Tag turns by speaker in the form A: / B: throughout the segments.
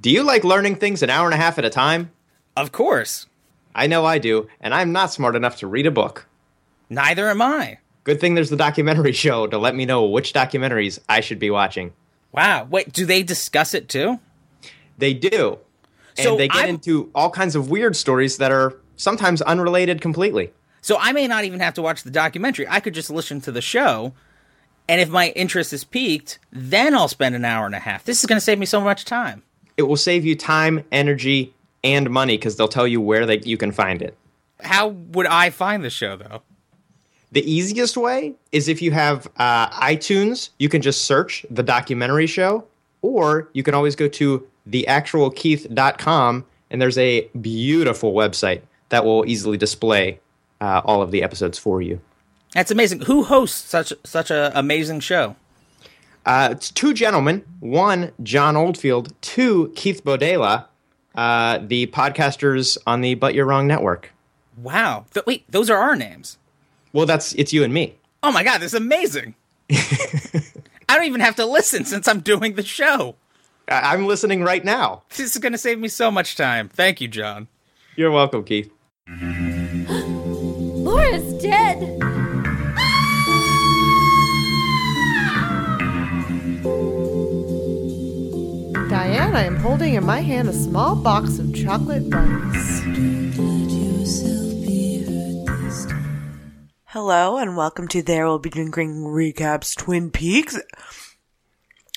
A: Do you like learning things an hour and a half at a time?
B: Of course.
A: I know I do, and I'm not smart enough to read a book.
B: Neither am I.
A: Good thing there's the documentary show to let me know which documentaries I should be watching.
B: Wow. Wait, do they discuss it too?
A: They do. And
B: So
A: they get
B: I'm-
A: into all kinds of weird stories that are sometimes unrelated completely.
B: So I may not even have to watch the documentary. I could just listen to the show. And if my interest is piqued, then I'll spend an hour and a half. This is going to save me so much time.
A: It will save you time, energy, and money because they'll tell you where they, you can find it.
B: How would I find the show though?
A: The easiest way is if you have uh, iTunes, you can just search the documentary show, or you can always go to theactualkeith.com, and there's a beautiful website that will easily display uh, all of the episodes for you.
B: That's amazing. Who hosts such such an amazing show?
A: Uh, it's two gentlemen, one John Oldfield, two Keith Bodela, uh, the podcasters on the But You're Wrong network.
B: Wow. Th- wait, those are our names.
A: Well, that's it's you and me.
B: Oh my god, this is amazing. I don't even have to listen since I'm doing the show.
A: I- I'm listening right now.
B: This is going to save me so much time. Thank you, John.
A: You're welcome, Keith.
C: Laura's dead.
D: Diane, I am holding in my hand a small box of chocolate buns.
E: Hello and welcome to There Will Be Drinking Recaps Twin Peaks.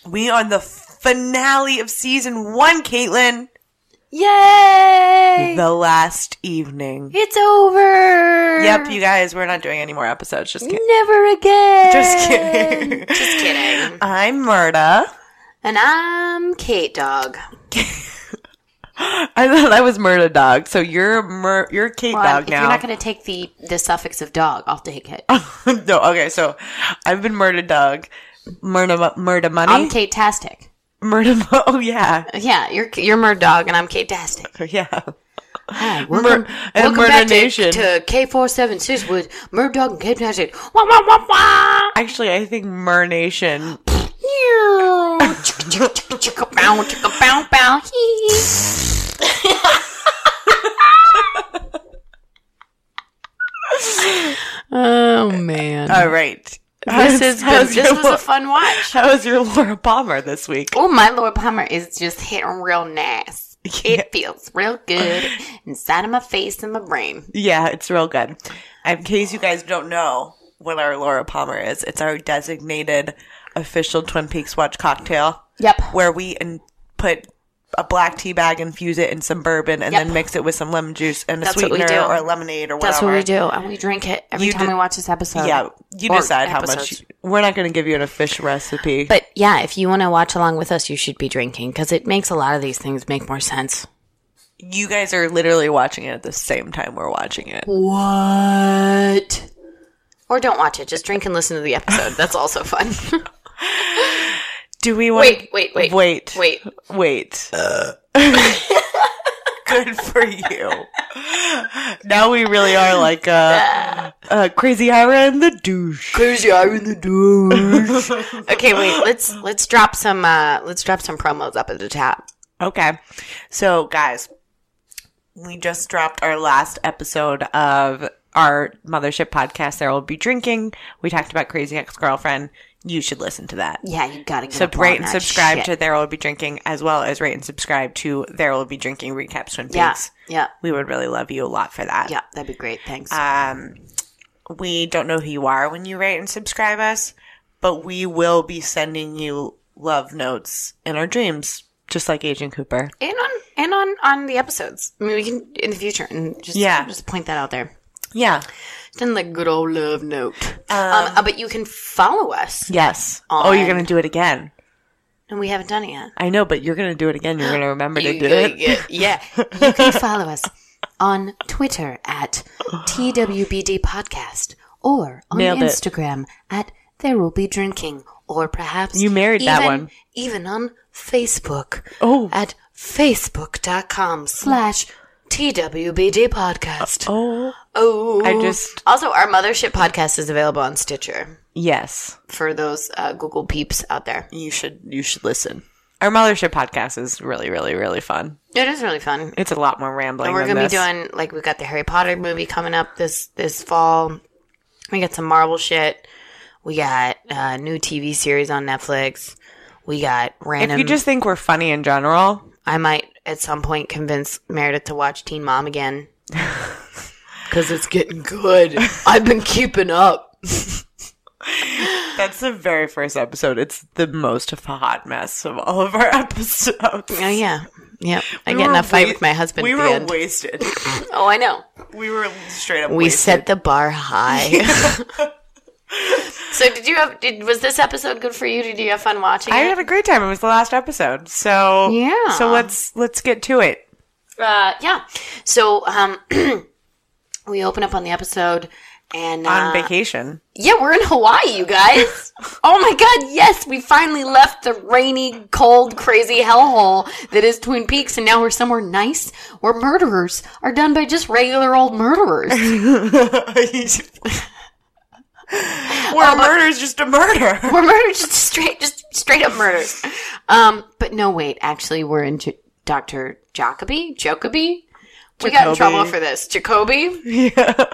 E: We are on the finale of season one, Caitlin.
C: Yay!
E: The last evening.
C: It's over.
E: Yep, you guys, we're not doing any more episodes. Just kidding.
C: Never again.
E: Just kidding.
F: Just kidding.
E: I'm Murda.
F: And I'm Kate Dog.
E: I thought I was Murda Dog, so you're Mur- you're Kate
F: Well,
E: Dog
F: if
E: now.
F: you're not going to take the, the suffix of dog, I'll take it.
E: no, okay, so I've been Murda Dog. Murda, Mu- Murda Money?
F: I'm Kate Tastic.
E: Murda, Mo- oh yeah.
F: Yeah, you're you're Murd Dog, and I'm Kate Tastic.
E: Yeah.
F: Hi, welcome,
E: and
F: welcome
E: Murder
F: back
E: Nation.
F: to, to K476 with Murd Dog and Kate Tastic. Wah, wah, wah, wah.
E: Actually, I think Mur Nation
F: Meow. Chicka, chicka, chicka, chicka, bow, chicka, bow, bow. Hee.
G: Oh man.
E: All right.
F: This has been,
E: how's
F: this
E: your
F: was a
E: Laura-
F: fun watch.
E: How was your Laura Palmer this week?
F: Oh, my Lord Palmer is just hitting real nice.
E: Yeah.
F: It feels real good inside of my face and my brain.
E: Yeah, it's real good. In case you guys don't know what our Laura Palmer is, it's our designated official Twin Peaks watch cocktail
F: Yep.
E: where we in- put a black tea bag, infuse it in some bourbon, and
F: Yep.
E: then mix it with some lemon juice and a
F: That's what we
E: sweetener
F: do.
E: or a lemonade or whatever.
F: That's what we do, and we drink it every
E: You
F: time we
E: d-
F: watch this episode.
E: Yeah, you
F: Or
E: decide how much.
F: episodes.
E: you- we're not going to give you an official recipe.
F: But yeah, if you want to watch along with us, you should be drinking because it makes a lot of these things make more sense.
E: you guys are literally watching it at the same time we're watching it.
F: What? Or don't watch it. Just drink and listen to the episode. That's also fun.
E: Do we want?
F: wait, wait, wait,
E: wait,
F: wait. Uh.
E: Wait. Good for you. Now we really are like uh, uh, Crazy Ira and the douche.
F: Crazy eye in the douche. okay, wait. Let's let's drop some uh let's drop some promos up at the top.
E: Okay. So, guys, we just dropped our last episode of our mothership podcast. There will be drinking. We talked about Crazy Ex Girlfriend. You should listen to that.
F: Yeah, you gotta get
E: So
F: up on
E: rate and
F: that
E: subscribe
F: shit.
E: to There Will Be Drinking, as well as rate and subscribe to There Will Be Drinking Recaps Twin Peaks.
F: yeah, yeah,
E: We would really love you a lot for that.
F: yeah. That'd be great. Thanks.
E: Um, we don't know who you are when you rate and subscribe us, but we will be sending you love notes in our dreams, just like Agent Cooper.
F: and on and on on the episodes. I mean, we can in the future and just
E: Yeah.
F: just point that out there.
E: Yeah.
F: Then the good old love note. Um, uh, but you can follow us,
E: Yes. Oh, you're
F: On-
E: gonna do it again.
F: and we haven't done it yet.
E: I know, but you're gonna do it again. You're gonna remember to do it.
F: Yeah, yeah. you can follow us on Twitter at TWBD Podcast or on
E: Nailed it.
F: Instagram at There Will Be Drinking or perhaps
E: You married that
F: even-
E: one.
F: Even on Facebook.
E: Oh.
F: At facebook.com slash TWBD Podcast.
E: Oh.
F: Oh,
E: I just-
F: also our mothership podcast is available on Stitcher
E: Yes.
F: for those uh, Google peeps out there.
E: You should. You should listen. Our mothership podcast is really, really, really fun.
F: It is really fun.
E: It's a lot more rambling.
F: And we're
E: than
F: gonna
E: this.
F: be doing like we got the Harry Potter movie coming up this this fall. We got some Marvel shit. We got uh, new TV series on Netflix. We got
E: If
F: random.
E: you just think we're funny in general,
F: I might at some point convince Meredith to watch Teen Mom again. Cause it's getting good. I've been keeping up.
E: that's the very first episode. It's the most of a hot mess of all of our episodes.
F: Oh yeah, yeah. I
E: We
F: get in
E: were
F: a fight
E: wa-
F: with my husband.
E: We
F: at
E: were
F: the end.
E: wasted.
F: oh, I know.
E: We were straight up.
F: We
E: wasted.
F: set the bar high. so did you have? Did, was this episode good for you? Did you have fun watching?
E: I
F: it?
E: had a great time. It was the last episode, so
F: Yeah.
E: So let's let's get to it.
F: Uh, yeah. So um, we open up on the episode, and
E: On
F: uh,
E: vacation,
F: yeah, we're in Hawaii, you guys. oh my God! Yes, we finally left the rainy, cold, crazy hellhole that is Twin Peaks, and now we're somewhere nice where murderers are done by just regular old murderers.
E: where
F: Oh,
E: a murder is just a murder.
F: We're murdered, just straight, just straight up murdered. Um, but no, wait. Actually, we're in J- Doctor Jacoby. Jacoby. We got in
E: Jacoby.
F: trouble for this. Jacoby.
E: Yeah.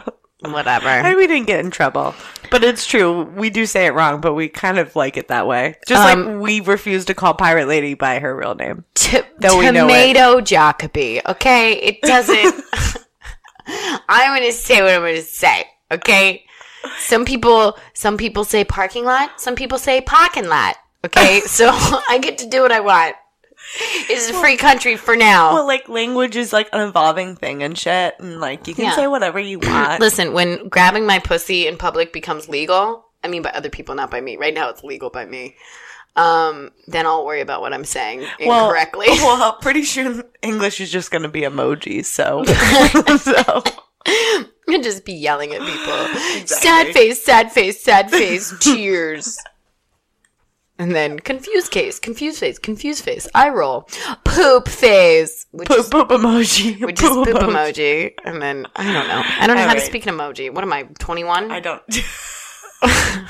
F: Whatever.
E: And we didn't get in trouble. But it's true. We do say it wrong, but we kind of like it that way. Just
F: Um,
E: like we refuse to call Pirate Lady by her real name.
F: T-
E: Though we know it.
F: tomato Jacoby. Okay, it doesn't. I'm gonna say what I'm gonna say. Okay. Some people, some people say parking lot. Some people say parking lot. Okay, so I get to do what I want. It's a free country for now.
E: Well, like language is like an evolving thing and shit. And like you can
F: Yeah.
E: say whatever you want.
F: Listen, when grabbing my pussy in public becomes legal, I mean by other people, not by me. Right now, it's legal by me. Um, then I'll worry about what I'm saying
E: well,
F: incorrectly.
E: well, pretty soon English is just going to be emojis. So, so
F: and just be yelling at people. Sad
E: Exactly.
F: face, sad face, sad face, cheers. And then confused case, confused face, confused face, eye roll, poop face, which
E: poop
F: is
E: poop emoji.
F: which is poop emoji. And then I don't know. I don't know
E: All
F: how to
E: right.
F: speak an emoji. What am I, 21?
E: I don't.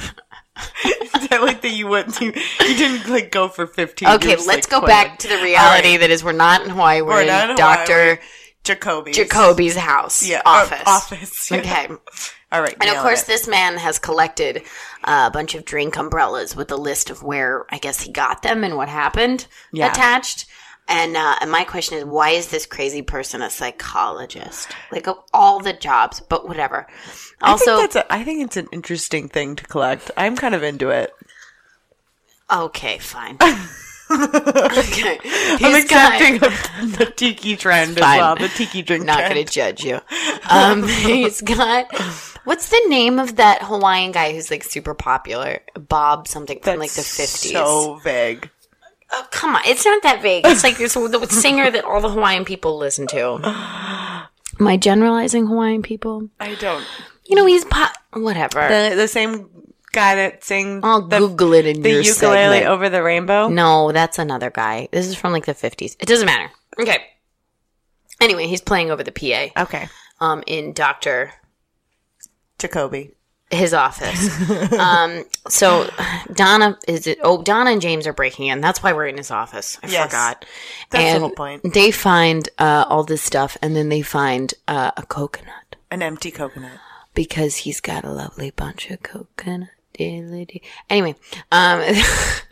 E: Is that like that you went you, you didn't like go for 15
F: Okay,
E: years,
F: let's
E: like,
F: go
E: quitting.
F: back to the reality that is we're not in Hawaii. We're,
E: We're
F: in,
E: not in Hawaii,
F: Dr.
E: we're- Jacoby's.
F: Jacoby's house.
E: Yeah, or-
F: Office.
E: office. yeah.
F: Okay.
E: All right.
F: And of
E: nailed
F: course,
E: it.
F: this man has collected uh, a bunch of drink umbrellas with a list of where I guess he got them and what happened
E: Yeah.
F: attached. And, uh, and my question is, why is this crazy person a psychologist? Like of all the jobs, but whatever.
E: I
F: Also,
E: think, that's a, I think it's an interesting thing to collect. I'm kind of into it.
F: okay, fine. okay,
E: I'm
F: He's got-
E: accepting of the tiki trend
F: Fine.
E: as well. The tiki drink
F: not
E: trend.
F: going to judge you. Um, he's got what's the name of that Hawaiian guy who's like super popular? Bob something from like the fifties.
E: So vague.
F: oh, come on, it's not that vague. It's like this the singer that all the Hawaiian people listen to. Am I generalizing Hawaiian people?
E: I don't.
F: You know, he's pop. Whatever.
E: The, the same guy that sang
F: I'll
E: the,
F: Google it in
E: the
F: your
E: ukulele
F: segment.
E: over the rainbow.
F: No, that's another guy. This is from like the fifties. It doesn't matter. Okay. Anyway, he's playing over the PA
E: Okay.
F: um, in Doctor
E: Jacoby.
F: his office. um, so Donna is it? Oh, Donna and James are breaking in. That's why we're in his office. I
E: Yes.
F: forgot.
E: That's the
F: and
E: whole point.
F: They find uh, all this stuff, and then they find uh, a coconut
E: An empty coconut.
F: because he's got a lovely bunch of coconut. diddly-dee. Anyway, um,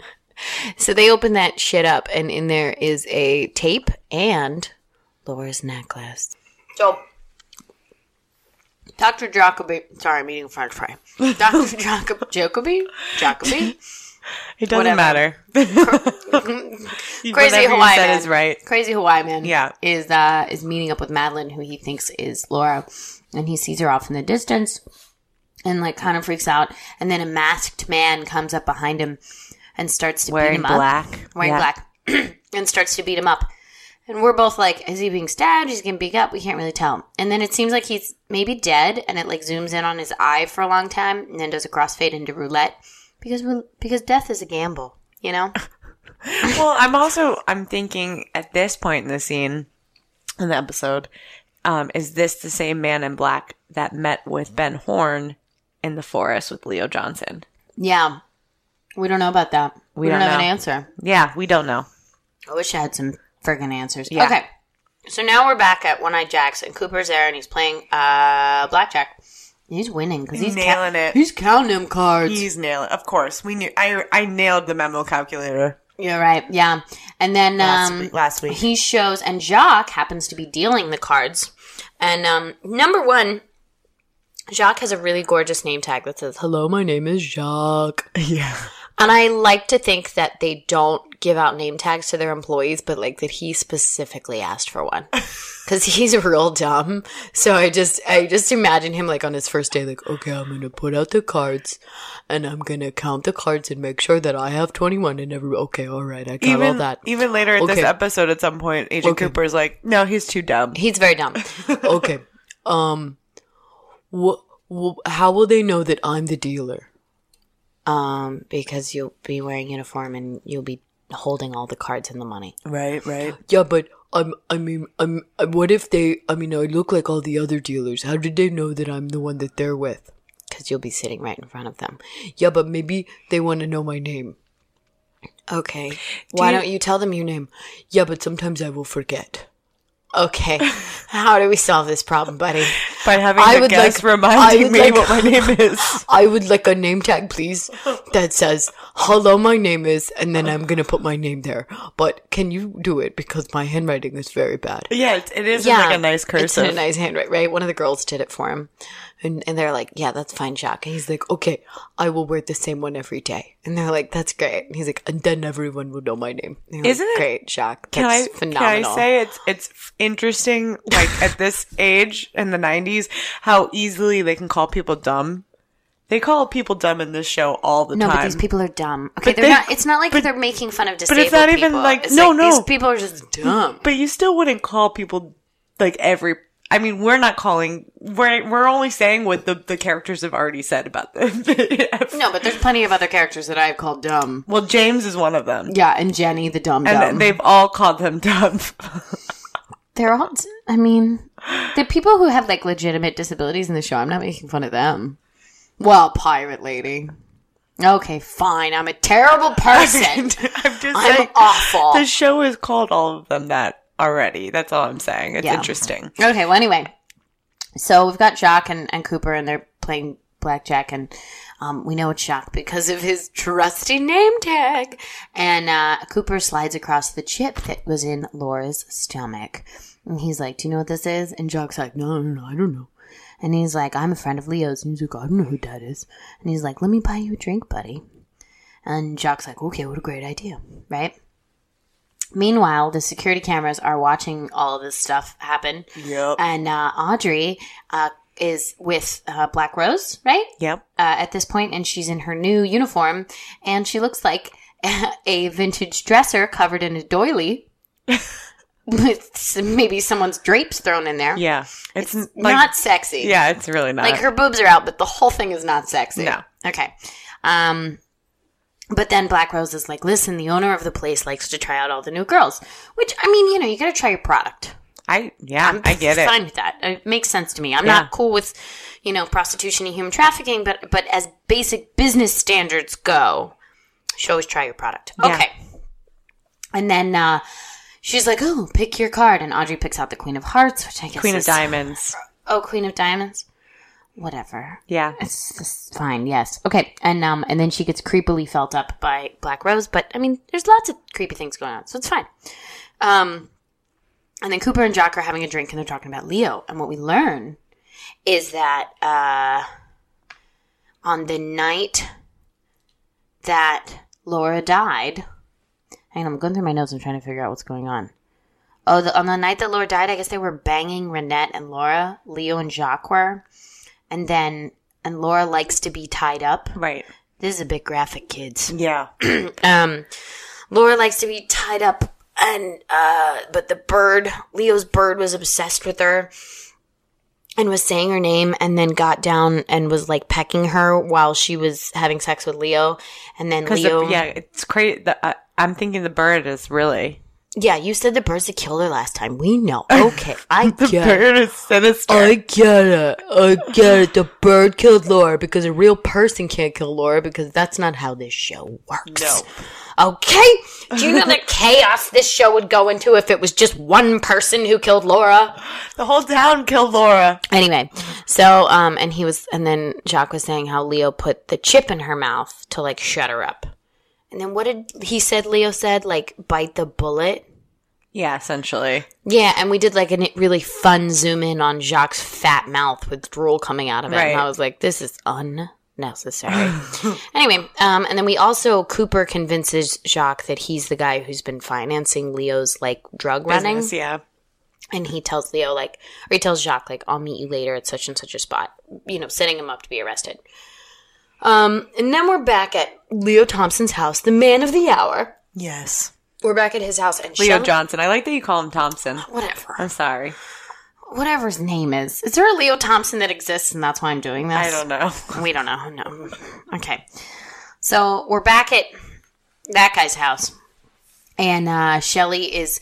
F: so they open that shit up, and in there is a tape and Laura's necklace. So, Dr. Jacoby, sorry, I'm eating a french fry. Dr. Jacob, Jacoby? Jacoby?
E: It doesn't
F: Whatever.
E: matter.
F: Crazy
E: Whatever
F: Hawaii
E: you said
F: man.
E: is right.
F: Crazy Hawaii man.
E: Yeah.
F: Is, uh, is meeting up with Madeline, who he thinks is Laura. And he sees her off in the distance and, like, kind of freaks out. And then a masked man comes up behind him and starts to beat him up. Wearing
E: Yeah.
F: black. and starts to beat him up. And we're both like, is he being stabbed? He's getting beat up. We can't really tell. And then it seems like he's maybe dead, and it like zooms in on his eye for a long time, and then does a crossfade into roulette because we, because death is a gamble, you know.
E: well, I'm also I'm thinking at this point in the scene in the episode, um, is this the same man in black that met with Ben Horn in the forest with Leo Johnson?
F: yeah, we don't know about that. We,
E: We
F: don't,
E: don't
F: have
E: know.
F: an answer.
E: Yeah, we don't know.
F: I wish I had some friggin' answers.
E: Yeah.
F: Okay. So now we're back at One Eye Jackson. Cooper's there and he's playing uh blackjack. He's winning because he's ca-
E: Nailing it.
F: He's counting them cards.
E: He's nailing. Of course, we knew. I I nailed the memo calculator.
F: You're right. Yeah. And then
E: Last
F: um,
E: week- last week.
F: he shows, and Jacques happens to be dealing the cards. And um, number one, Jacques has a really gorgeous name tag that says "Hello, my name is Jacques."
E: Yeah.
F: And I like to think that they don't give out name tags to their employees, but like that he specifically asked for one because he's real dumb. So I just, I just imagine him like on his first day, like, okay, I'm gonna put out the cards, and I'm gonna count the cards and make sure that I have 21 and every. Okay, all right, I got all
E: Even
F: that.
E: even later in this
F: Okay.
E: episode, at some point, Agent Cooper's like, "No, he's too dumb."
F: He's very dumb.
H: okay. Um, wh- wh- how will they know that I'm the dealer?
F: Um, because you'll be wearing uniform and you'll be holding all the cards and the money.
E: Right. Right.
H: Yeah, but I'm. I mean, I'm. I- What if they? I mean, I look like all the other dealers. How did they know that I'm the one that they're with?
F: Because you'll be sitting right in front of them.
H: Yeah, but maybe they want to know my name.
F: Okay. Why
H: you-
F: don't you tell them your name?
H: Yeah, but sometimes I will forget.
F: Okay. How do we solve this problem, buddy?
E: By having
H: I
E: the
H: would
E: guest
H: like- I
E: reminding
H: would
E: me
H: like-
E: what my name is.
H: I would like a name tag, please, that says "Hello, my name is," and then I'm gonna put my name there. But can you do it because my handwriting is very bad?
E: yeah, it, it is in, like a nice
F: It's in
E: cursive.
F: a nice handwriting, right? One of the girls did it for him. And, and they're like, yeah, that's fine, Jacques. And he's like,
H: like, okay, I will wear the same one every day. And they're like, that's great. And he's like, and then everyone will know my name. And they're
E: Isn't
H: like,
E: it-
H: great, Jacques?
E: can I
H: That's phenomenal.
E: can I say it's it's f- interesting like at this age in the 90s how easily they can call people dumb. They call people dumb in this show all the
F: no,
E: time.
F: but these people are dumb. Okay,
E: But
F: they're
E: they-
F: not. It's not like
E: but-
F: they're making fun of disabled
E: it's not even
F: people.
E: like-
F: It's
E: no, no.
F: These people are just dumb.
E: But you still wouldn't call people like every. I mean, we're not calling. We're we're only saying what the the characters have already said about them.
F: No, but there's plenty of other characters that I've called dumb.
E: Well, James is one of them,
F: Yeah, and Jenny the dumb
E: and
F: dumb.
E: they've all called them dumb.
F: They're all. d- I mean, the people who have like legitimate disabilities in the show. I'm not making fun of them. Well, pirate lady. Okay, fine. I'm a terrible person.
E: I'm just
F: I'm
E: saying,
F: awful.
E: The show has called all of them that already. That's all I'm saying. It's
F: Yeah.
E: interesting.
F: Okay, well, anyway. So we've got Jacques and, and Cooper, and they're playing blackjack, and um, we know it's Jacques because of his trusty name tag. And uh, Cooper slides across the chip that was in Laura's stomach. And he's like, Do you know what this is? And Jacques' like, No, no, no, I don't know. And he's like, I'm a friend of Leo's. And he's like, I don't know who that is. And he's like, Let me buy you a drink, buddy. And Jacques' like, Okay, what a great idea, right? Meanwhile, the security cameras are watching all of this stuff happen.
E: Yep.
F: And uh, Audrey uh, is with uh, Black Rose, right?
E: Yep.
F: Uh, at this point, and she's in her new uniform, and she looks like a vintage dresser covered in a doily. With some- maybe someone's drapes thrown in there.
E: Yeah. It's, n- like,
F: Not sexy.
E: Yeah, it's really not.
F: Like her boobs are out, but the whole thing is not sexy.
E: Uh, No.
F: Okay. Um but then Black Rose is like, listen, the owner of the place likes to try out all the new girls. Which I mean, you know, you gotta try your product.
E: I yeah, i get it.
F: Fine with that. It makes sense to me. I'm not cool with, you know, prostitution and human trafficking, but but as basic business standards go, you should always try your product. Okay. And then uh she's like, Oh, pick your card and Audrey picks out the Queen of Hearts, which I guess
E: Queen of
F: is-
E: Diamonds.
F: Oh, Queen of Diamonds? Whatever.
E: Yeah.
F: It's just fine. Yes. Okay. And um, and then she gets creepily felt up by Black Rose. But I mean, there's lots of creepy things going on, so it's fine. Um, and then Cooper and Jock are having a drink, and they're talking about Leo. And what we learn is that uh, on the night that Laura died, hang on, I'm going through my notes. I'm trying to figure out what's going on. Oh, the, on the night that Laura died, I guess they were banging Renette and Laura, Leo and Jacques were and then and Laura likes to be tied up.
E: Right.
F: This is a bit graphic, kids.
E: Yeah.
F: Um, Laura likes to be tied up, and uh, but the bird, Leo's bird, was obsessed with her and was saying her name, and then got down and was like pecking her while she was having sex with Leo, and then
E: Cuz
F: Leo,
E: yeah, it's crazy. The, uh, I'm thinking the bird is really
F: Yeah, you said the bird's a killer last time. We know. Okay, I get it.
E: Bird is sinister.
H: I get it. I get it. The bird killed Laura because a real person can't kill Laura because that's not how this show works.
E: no.
F: Okay? Do you know the chaos this show would go into if it was just one person who killed Laura?
E: The whole town killed Laura.
F: Anyway, so, um, and he was, and then Jacques was saying how Leo put the chip in her mouth to, like, shut her up. And then what did he said Leo said? Like, bite the bullet?
E: Yeah, essentially.
F: Yeah, and we did like a really fun zoom in on Jacques' fat mouth with drool coming out of it.
E: Right.
F: And I was like, this is unnecessary. anyway, um, and then we also, Cooper convinces Jacques that he's the guy who's been financing Leo's like drug running.
E: Business, yeah.
F: And he tells Leo, like, or he tells Jacques, like, I'll meet you later at such and such a spot, you know, setting him up to be arrested. Um, and then we're back at Leo Thompson's house, the man of the hour.
E: Yes.
F: We're back at his house and
E: Leo
F: Shun-
E: Johnson. I like that you call him Thompson.
F: Whatever.
E: I'm sorry.
F: whatever his name is. Is there a Leo Thompson that exists and that's why I'm doing this?
E: I don't know.
F: We don't know. No. Okay. So we're back at that guy's house. And uh, Shelly is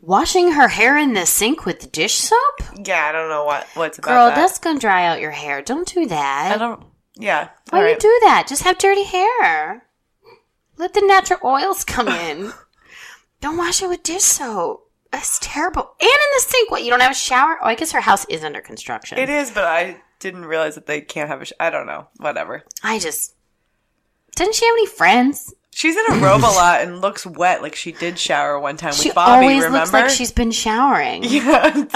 F: washing her hair in the sink with dish soap?
E: Yeah, I don't know what what's about
F: Girl,
E: that.
F: that's going to dry out your hair. Don't do that.
E: I don't. Yeah.
F: Why
E: All
F: do
E: right.
F: you do that? Just have dirty hair. Let the natural oils come in. don't wash it with dish soap. That's terrible. And in the sink. What, you don't have a shower? Oh, I guess her house is under construction.
E: It is, but I didn't realize that they can't have a. Sh- I don't know. Whatever.
F: I just doesn't she have any friends?
E: She's in a robe a lot and looks wet, like she did shower one time
F: She
E: with Bobby.
F: always
E: remember?
F: looks like she's been showering.
E: yeah.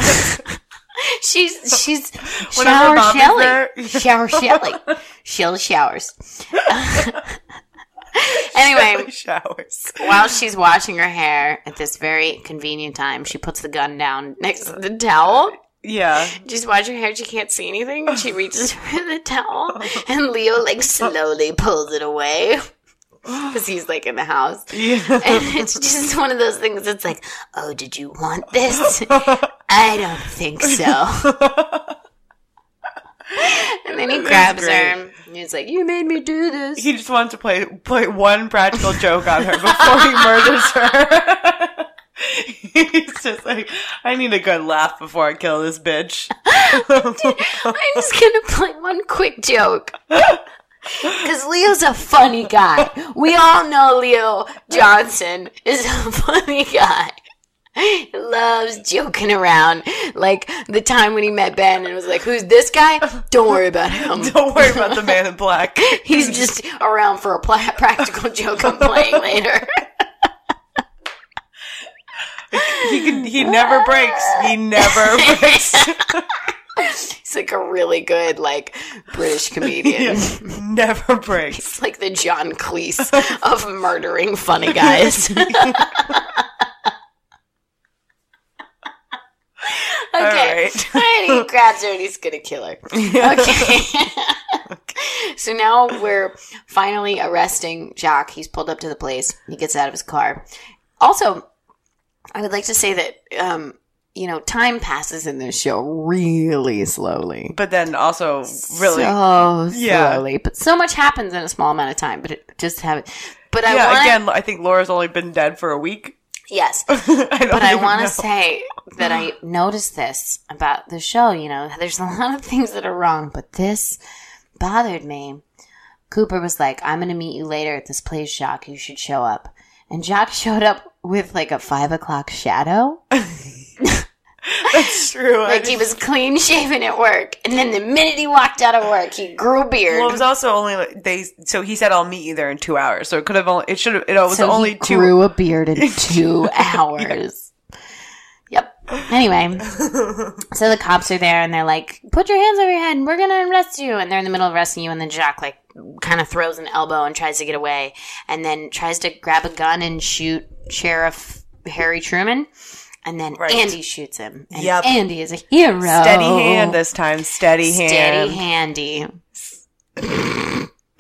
F: She's she's shower
E: Whenever Bobby's
F: Shelly,
E: there-
F: shower Shelly, Shelly showers. anyway,
E: showers.
F: while she's washing her hair at this very convenient time, she puts the gun down next to the towel.
E: Yeah.
F: She's washing her hair; she can't see anything. and She reaches for the towel, and Leo like slowly pulls it away because he's like in the house.
E: Yeah.
F: and it's just one of those things that's like, oh, did you want this? I don't think so. and then he grabs her and he's like, you made me do this.
E: He just wants to play play one practical joke on her before he murders her. He's just like, I need a good laugh before I kill this bitch.
F: I'm just gonna play one quick joke. Because Leo's a funny guy. We all know Leo Johnson is a funny guy. He Loves joking around. Like the time when he met Ben and was like, Who's this guy? Don't worry about him.
E: Don't worry about the man in black.
F: He's just around for a pla- practical joke I'm playing later.
E: He can, he never breaks. He never breaks.
F: He's like a really good, like, British comedian.
E: never breaks.
F: It's like the John Cleese of murdering funny guys. okay,
E: All right.
F: and he grabs her and he's gonna kill her. Okay. so now we're finally arresting Jacques. He's pulled up to the place. He gets out of his car. Also, I would like to say that um, you know time passes in this show really slowly.
E: But then also, really,
F: So
E: Yeah.
F: slowly, but so much happens in a small amount of time. But it just have, but I
E: yeah.
F: want
E: Again, I think Laura's only been dead for a week.
F: yes,
E: I don't
F: but I
E: even
F: want
E: know.
F: to say that I noticed this about the show. You know, there's a lot of things that are wrong, but this bothered me. Cooper was like, "I'm going to meet you later at this place, Jacques. You should show up." And Jacques showed up with like a five o'clock shadow.
E: That's true. I
F: Like he was clean shaven at work, and then the minute he walked out of work, he grew a beard.
E: Well, it was also only like, they. So he said, "I'll meet you there in two hours." So it could have only. It should have. It was
F: so
E: only
F: he
E: two.
F: grew a beard in two hours. Yep. Anyway, so the cops are there and they're like, "Put your hands over your head. and We're gonna arrest you." And they're in the middle of arresting you, and then Jack like kind of throws an elbow and tries to get away, and then tries to grab a gun and shoot Sheriff Harry Truman, and then
E: Right.
F: Andy shoots him. And
E: Yep.
F: Andy is a hero.
E: Steady hand this time. Steady hand.
F: Steady handy.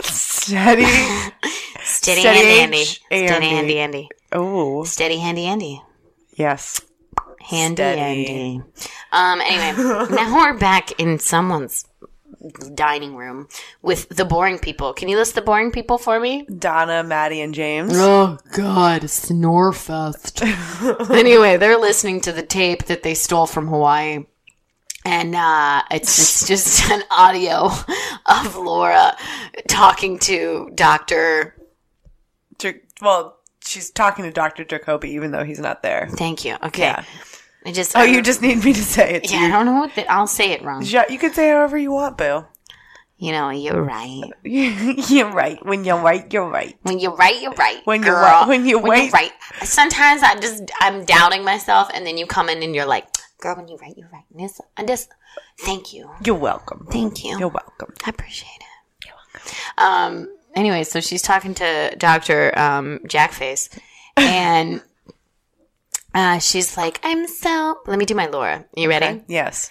E: Steady.
F: Steady,
E: Steady
F: hand Andy.
E: H-
F: Steady
E: Andy.
F: handy Andy.
E: Oh
F: Steady handy Andy.
E: yes.
F: Handy
E: Steady.
F: Andy. Um. Anyway, now we're back in someone's dining room with the boring people. Can you list the boring people for me?
E: Donna, Maddie, and James.
H: Oh God, Snorefest.
F: anyway, they're listening to the tape that they stole from Hawaii. And uh, it's, it's just an audio of Laura talking to Dr.
E: Dr- well, she's talking to Dr. Jacoby, even though he's not there.
F: Thank you. Okay.
E: Yeah.
F: I just.
E: Oh, you just need me to say it. to
F: Yeah, I don't know what the, I'll say it wrong.
E: you. Yeah, you can say however you want, Bill.
F: You know, you're right.
E: you're right. When you're right, you're right.
F: When you're right, you're right.
E: When you're
F: girl.
E: right- when you're right.
F: right. Sometimes I just I'm doubting myself, and then you come in and you're like, "Girl, when you're right, you're right." And it's, I just thank you,
E: You're welcome.
F: thank you.
E: You're welcome.
F: I appreciate it. You're welcome. Um. Anyway, so she's talking to Doctor um, Jackface, and uh, she's like, "I'm so." Let me do my Laura. You ready?
E: Yes.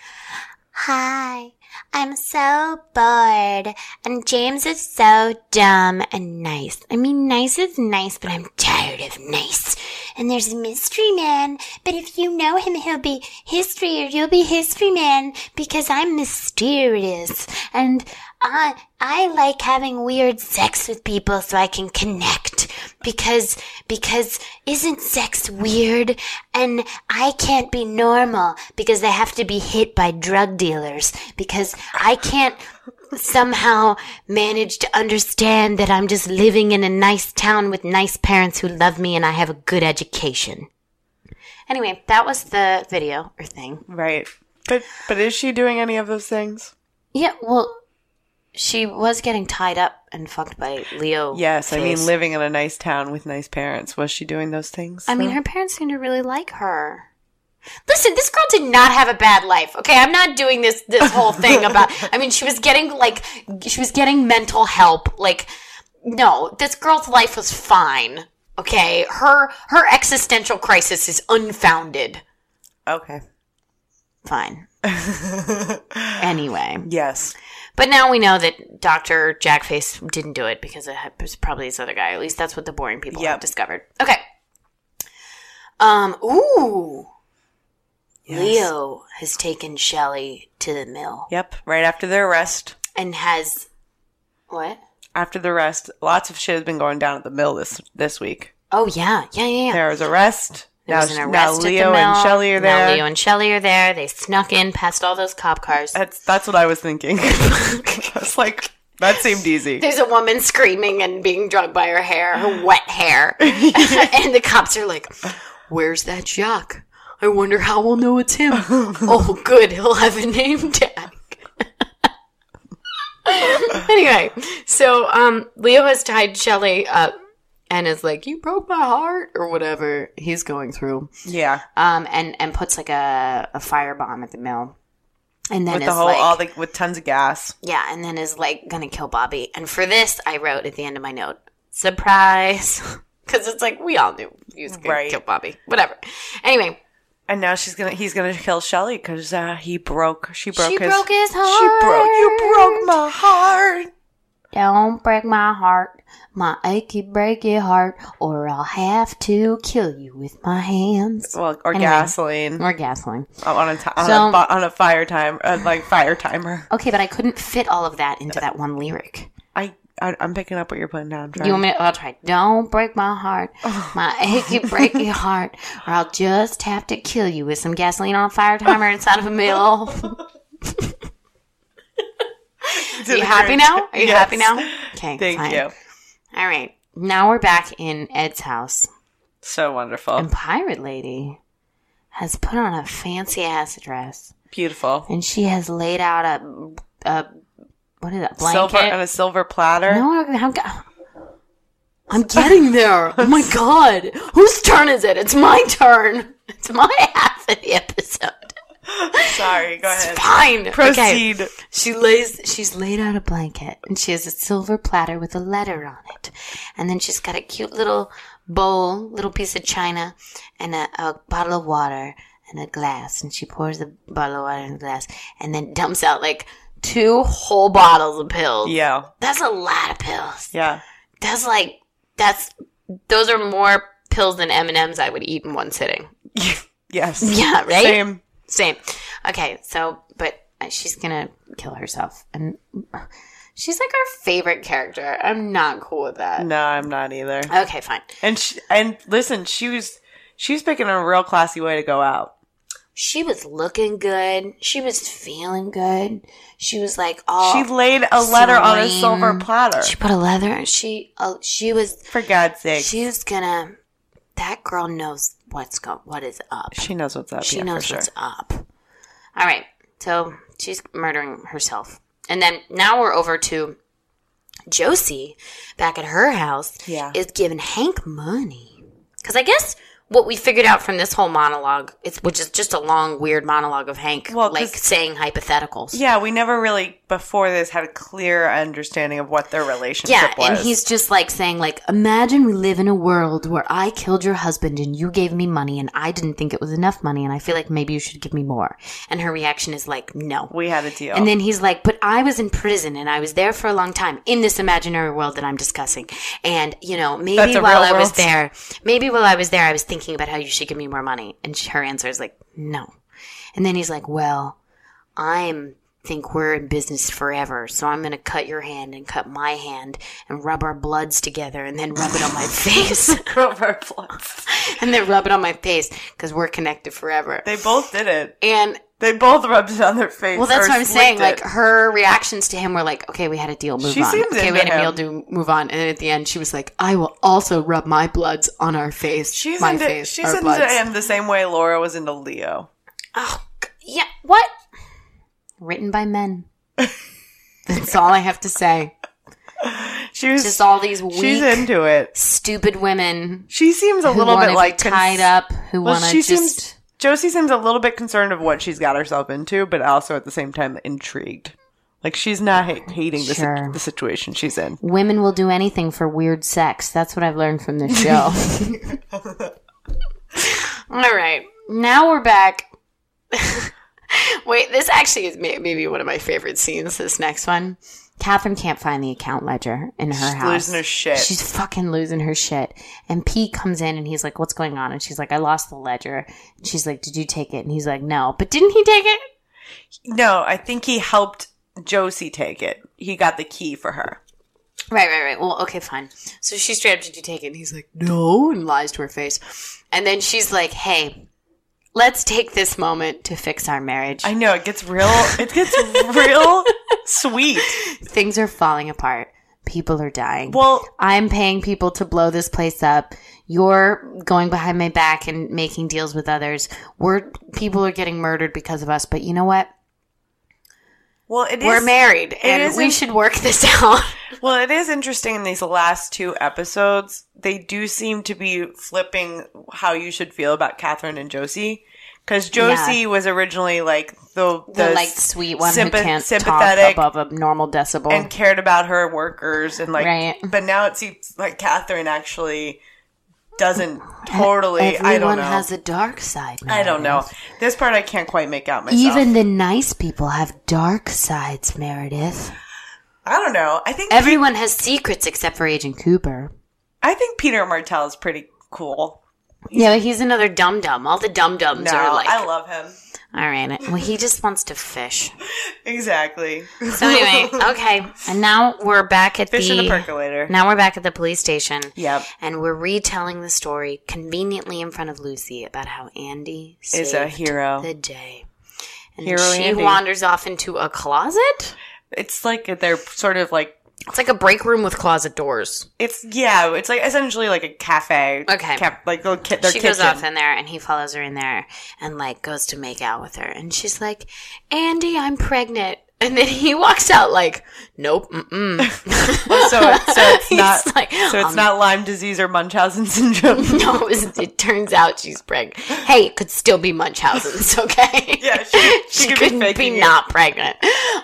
C: Hi. I'm so bored. And James is so dumb and nice. I mean, nice is nice, but I'm tired of nice. And there's Mystery Man, but if you know him, he'll be history or you'll be History Man because I'm mysterious. And I, I like having weird sex with people so I can connect because because isn't sex weird and i can't be normal because i have to be hit by drug dealers because i can't somehow manage to understand that i'm just living in a nice town with nice parents who love me and i have a good education anyway that was the video or thing
E: Right. But but is she doing any of those things?
F: yeah well she was getting tied up and fucked by leo
E: Yes. I mean,
F: Face.
E: living in a nice town with nice parents. Was she doing those things?
F: I mean, her parents seem to really like her. Listen, this girl did not have a bad life. Okay, I'm not doing this this whole thing about. I mean, she was getting like she was getting mental help. Like, no, this girl's life was fine. Okay, her her existential crisis is unfounded.
E: okay.
F: Fine. anyway,
E: Yes.
F: but now we know that Doctor Jackface didn't do it because it had- it was probably this other guy. At least that's what the boring people have
E: Yep.
F: discovered. Okay. Um. Ooh. Leo has taken Shelly to the mill
E: Yep. Right after their arrest.
F: and has what?
E: After the arrest, lots of shit has been going down at the mill this this week.
F: Oh yeah, yeah, yeah. yeah.
E: There was arrest.
F: There
E: now,
F: was an
E: now
F: arrest at the
E: Leo and
F: mill.
E: Shelly are there.
F: Now Leo and Shelly are there. They snuck in past all those cop cars.
E: that's that's what I was thinking. I was like, that seemed easy.
F: There's a woman screaming and being drugged by her hair, her wet hair, and the cops are like,
H: Where's that Jacques? I wonder how we'll know it's him.
F: Oh, good. He'll have a name tag.
H: anyway, so um, Leo has tied Shelly up and is like, "You broke my heart" or whatever he's going through.
E: Yeah,
F: Um, and and puts like a a firebomb at the mill, and then
E: with
F: is
E: the whole
F: like,
E: all the with tons of gas.
F: yeah, and then is like gonna kill Bobby. And for this, I wrote at the end of my note, surprise, because it's like we all knew he was gonna
E: Right.
F: kill Bobby. Whatever. Anyway,
E: And now she's gonna he's gonna kill Shelly because uh, he broke she broke
F: she
E: his
F: broke his
E: she
F: heart.
E: broke you broke my heart.
C: Don't break my heart, my achy breaky heart, or I'll have to kill you with my hands.
E: Well, or
C: Anyway.
E: gasoline
F: Or gasoline.
E: on a ti on,
F: So-
E: a, bu- on a fire timer uh, like fire timer.
F: Okay, but I couldn't fit all of that into that one lyric.
E: I, I I'm picking up what you're putting down. Trying.
F: You want me? To, I'll try. Don't break my heart, my achy breaky heart, or I'll just have to kill you with some gasoline on a fire timer inside of a mill. Are you happy now? Are you
E: Yes.
F: happy now? Okay.
E: Thank
F: fine.
E: you.
F: All right. Now we're back in Ed's house,
E: So wonderful,
F: and Pirate Lady has put on a fancy ass dress,
E: beautiful.
F: and she has laid out a a what is that blanket?
E: Silver on a silver platter.
F: no, I'm, I'm,
H: I'm getting there. Oh my god.
F: Whose turn is it? It's my turn. It's my half of the episode.
E: Sorry, go ahead.
F: Fine. Okay.
E: Uh, Proceed.
F: She lays. She's laid out a blanket, and she has a silver platter with a letter on it, and then she's got a cute little bowl, little piece of china, and a, a bottle of water and a glass, and she pours the bottle of water in the glass, and then dumps out like two whole bottles of pills.
E: Yeah,
F: That's a lot of pills.
E: yeah.
F: That's like that's those are more pills than M and M's I would eat in one sitting.
E: yes.
F: Yeah, right?
E: Same.
F: Same. Okay, so but uh, she's gonna kill herself, and she's like our favorite character. I'm not cool with that.
E: No, I'm not either.
F: Okay, fine.
E: And she, and listen, she was she's picking a real classy way to go out.
F: She was looking good. She was feeling good. She was like all.
E: she laid a letter on a silver
F: serene.
E: platter.
F: She put a leather. She oh, she was
E: For God's sake, she,
F: she's gonna. That girl knows what's go what is up.
E: knows what's up.
F: She
E: yeah, for
F: knows
E: sure.
F: what's up. All right. So she's murdering herself. And then now we're over to Josie back at her house
E: Yeah.
F: is giving Hank money. Because I guess what we figured out from this whole monologue, it's, which is just a long, weird monologue of Hank
E: Well, 'cause-
F: like saying hypotheticals.
E: Yeah, we never really before this had a clear understanding of what their relationship
F: Yeah,
E: was.
F: and he's just like saying, like, imagine we live in a world where I killed your husband and you gave me money and I didn't think it was enough money and I feel like maybe you should give me more. And her reaction is like, no.
E: we had a deal.
F: And then he's like, but I was in prison and I was there for a long time in this imaginary world that I'm discussing. And, you know, maybe
E: a
F: while
E: real
F: I was
E: world.
F: there, maybe while I was there, I was thinking about how you should give me more money. And sh- her answer is like, no. And then he's like, well, I'm think we're in business forever. So I'm going to cut your hand and cut my hand and rub our bloods together and then rub it on my face and then rub it on my face because we're connected forever.
E: they both did it.
F: And
E: They both rubbed it on their face.
F: Well, that's
E: or
F: what I'm saying.
E: licked
F: Like
E: it.
F: her reactions to him were like, "Okay, we had a deal, move
E: She
F: on.
E: seems
F: okay, we
E: into
F: had a deal,
E: him.
F: do move on." And then at the end, she was like, "I will also rub my bloods on our face,
E: she's
F: my
E: into
F: face,
E: she's
F: our
E: into
F: bloods."
E: him the same way Laura was into Leo.
F: Oh, g- yeah. What? Written by men. That's all I have to say.
E: She was
F: Just all these
E: she's
F: weak,
E: into it.
F: stupid women
E: She seems a
F: who
E: little
F: want
E: bit
F: to
E: like
F: be tied
E: cons-
F: up, who
E: Well,
F: want to
E: she
F: just.
E: seems Josie seems a little bit concerned of what she's got herself into, but also at the same time intrigued. Like she's not ha- hating the, sit-
F: Sure.
E: the situation she's in.
F: Women will do anything for weird sex. That's what I've learned from this show. All right. Now we're back. Wait, this actually is may- maybe one of my favorite scenes, this next one. Catherine can't find the account ledger in her house.
E: losing her shit.
F: She's fucking losing her shit. And Pete comes in and he's like, What's going on? And she's like, I lost the ledger. And she's like, Did you take it? And he's like, No. But didn't he take it?
E: No, I think he helped Josie take it. He got the key for her.
F: Right, right, right. Well, okay, fine. So she straight up, did you take it? And he's like, no, and lies to her face. And then she's like, hey, let's take this moment to fix our marriage.
E: I know it gets real. It gets real sweet.
F: Things are falling apart. People are dying.
E: Well,
F: I'm paying people to blow this place up. You're going behind my back and making deals with others. We're people are getting murdered because of us. But you know what?
E: well, it
F: We're
E: is-
F: married, and
E: is
F: we
E: in-
F: should work this out.
E: Well, it is interesting in these last two episodes. They do seem to be flipping how you should feel about Catherine and Josie. Because Josie was originally like the,
F: the, like
E: s-
F: sweet one
E: sympa-
F: who can't
E: sympathetic
F: talk above a normal decibel.
E: and cared about her workers and like
F: Right.
E: but now it seems like Catherine actually doesn't totally I don't
F: E-, Everyone
E: know.
F: has a dark side.
E: I don't know.
F: Meredith.
E: This part I can't quite make out myself.
F: Even the nice people have dark sides, Meredith.
E: I don't know. I think
F: Everyone has secrets except for Agent Cooper.
E: I think Peter Martell is pretty cool.
F: Yeah, he's another dum dum. All the dum dums
E: No,
F: are like,
E: I love him.
F: all right. Well, he just wants to fish.
E: Exactly.
F: So anyway, okay. And now we're back at
E: Fish
F: the,
E: in a percolator.
F: Now we're back at the police station.
E: Yep.
F: And we're retelling the story conveniently in front of Lucy about how Andy saved
E: Is a hero.
F: the day. And
E: Hero
F: she
E: Andy.
F: wanders off into a closet.
E: It's like they're sort of like
F: It's like a break room with closet doors.
E: it's yeah. It's like essentially like a cafe.
F: Okay.
E: Cap, like their, ki- their
F: she
E: kitchen.
F: goes off in there and he follows her in there and like goes to make out with her and she's like andy i'm pregnant and then he walks out like nope mm-mm
E: so, it- so it's
F: He's
E: not
F: like,
E: so it's
F: um,
E: not Lyme disease or Munchausen syndrome.
F: no it, was, it turns out she's pregnant hey it could still be munchausen's okay
E: Yeah, she- she could be
F: couldn't be,
E: faking it.
F: not pregnant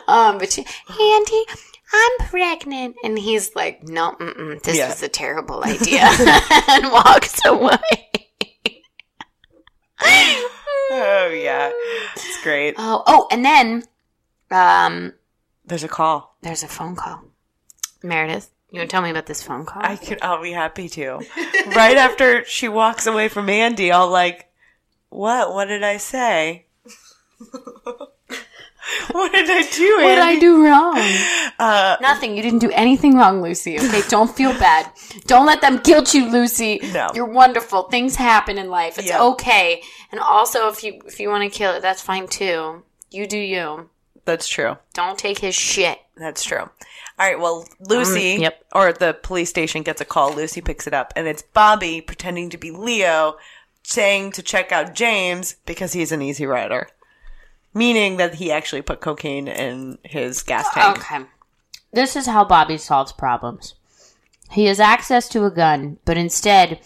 F: um but she andy I'm pregnant, and he's like, "No, mm-mm, this
E: Yeah.
F: was a terrible idea," and walks away.
E: oh yeah, it's great.
F: Oh, oh, and then, um,
E: There's a call.
F: There's a phone call. Meredith, you want to tell me about this phone call?
E: I could. I'll be happy to. right after she walks away from Andy, I'll like, what? What did I say? what did I do?
F: What did I do wrong?
E: Uh,
F: Nothing. You didn't do anything wrong, Lucy. Okay, don't feel bad. Don't let them guilt you, Lucy.
E: No.
F: You're wonderful. Things happen in life. It's
E: Yeah.
F: okay. And also if you if you want to kill it, that's fine too. You do you.
E: That's true.
F: Don't take his shit.
E: That's true. All right. Well, Lucy,
F: Mm, yep.
E: or the police station gets a call. Lucy picks it up, and it's Bobby pretending to be Leo, saying to check out James because he's an easy rider, meaning that he actually put cocaine in his gas tank.
F: Okay. This is how Bobby solves problems. He has access to a gun, but instead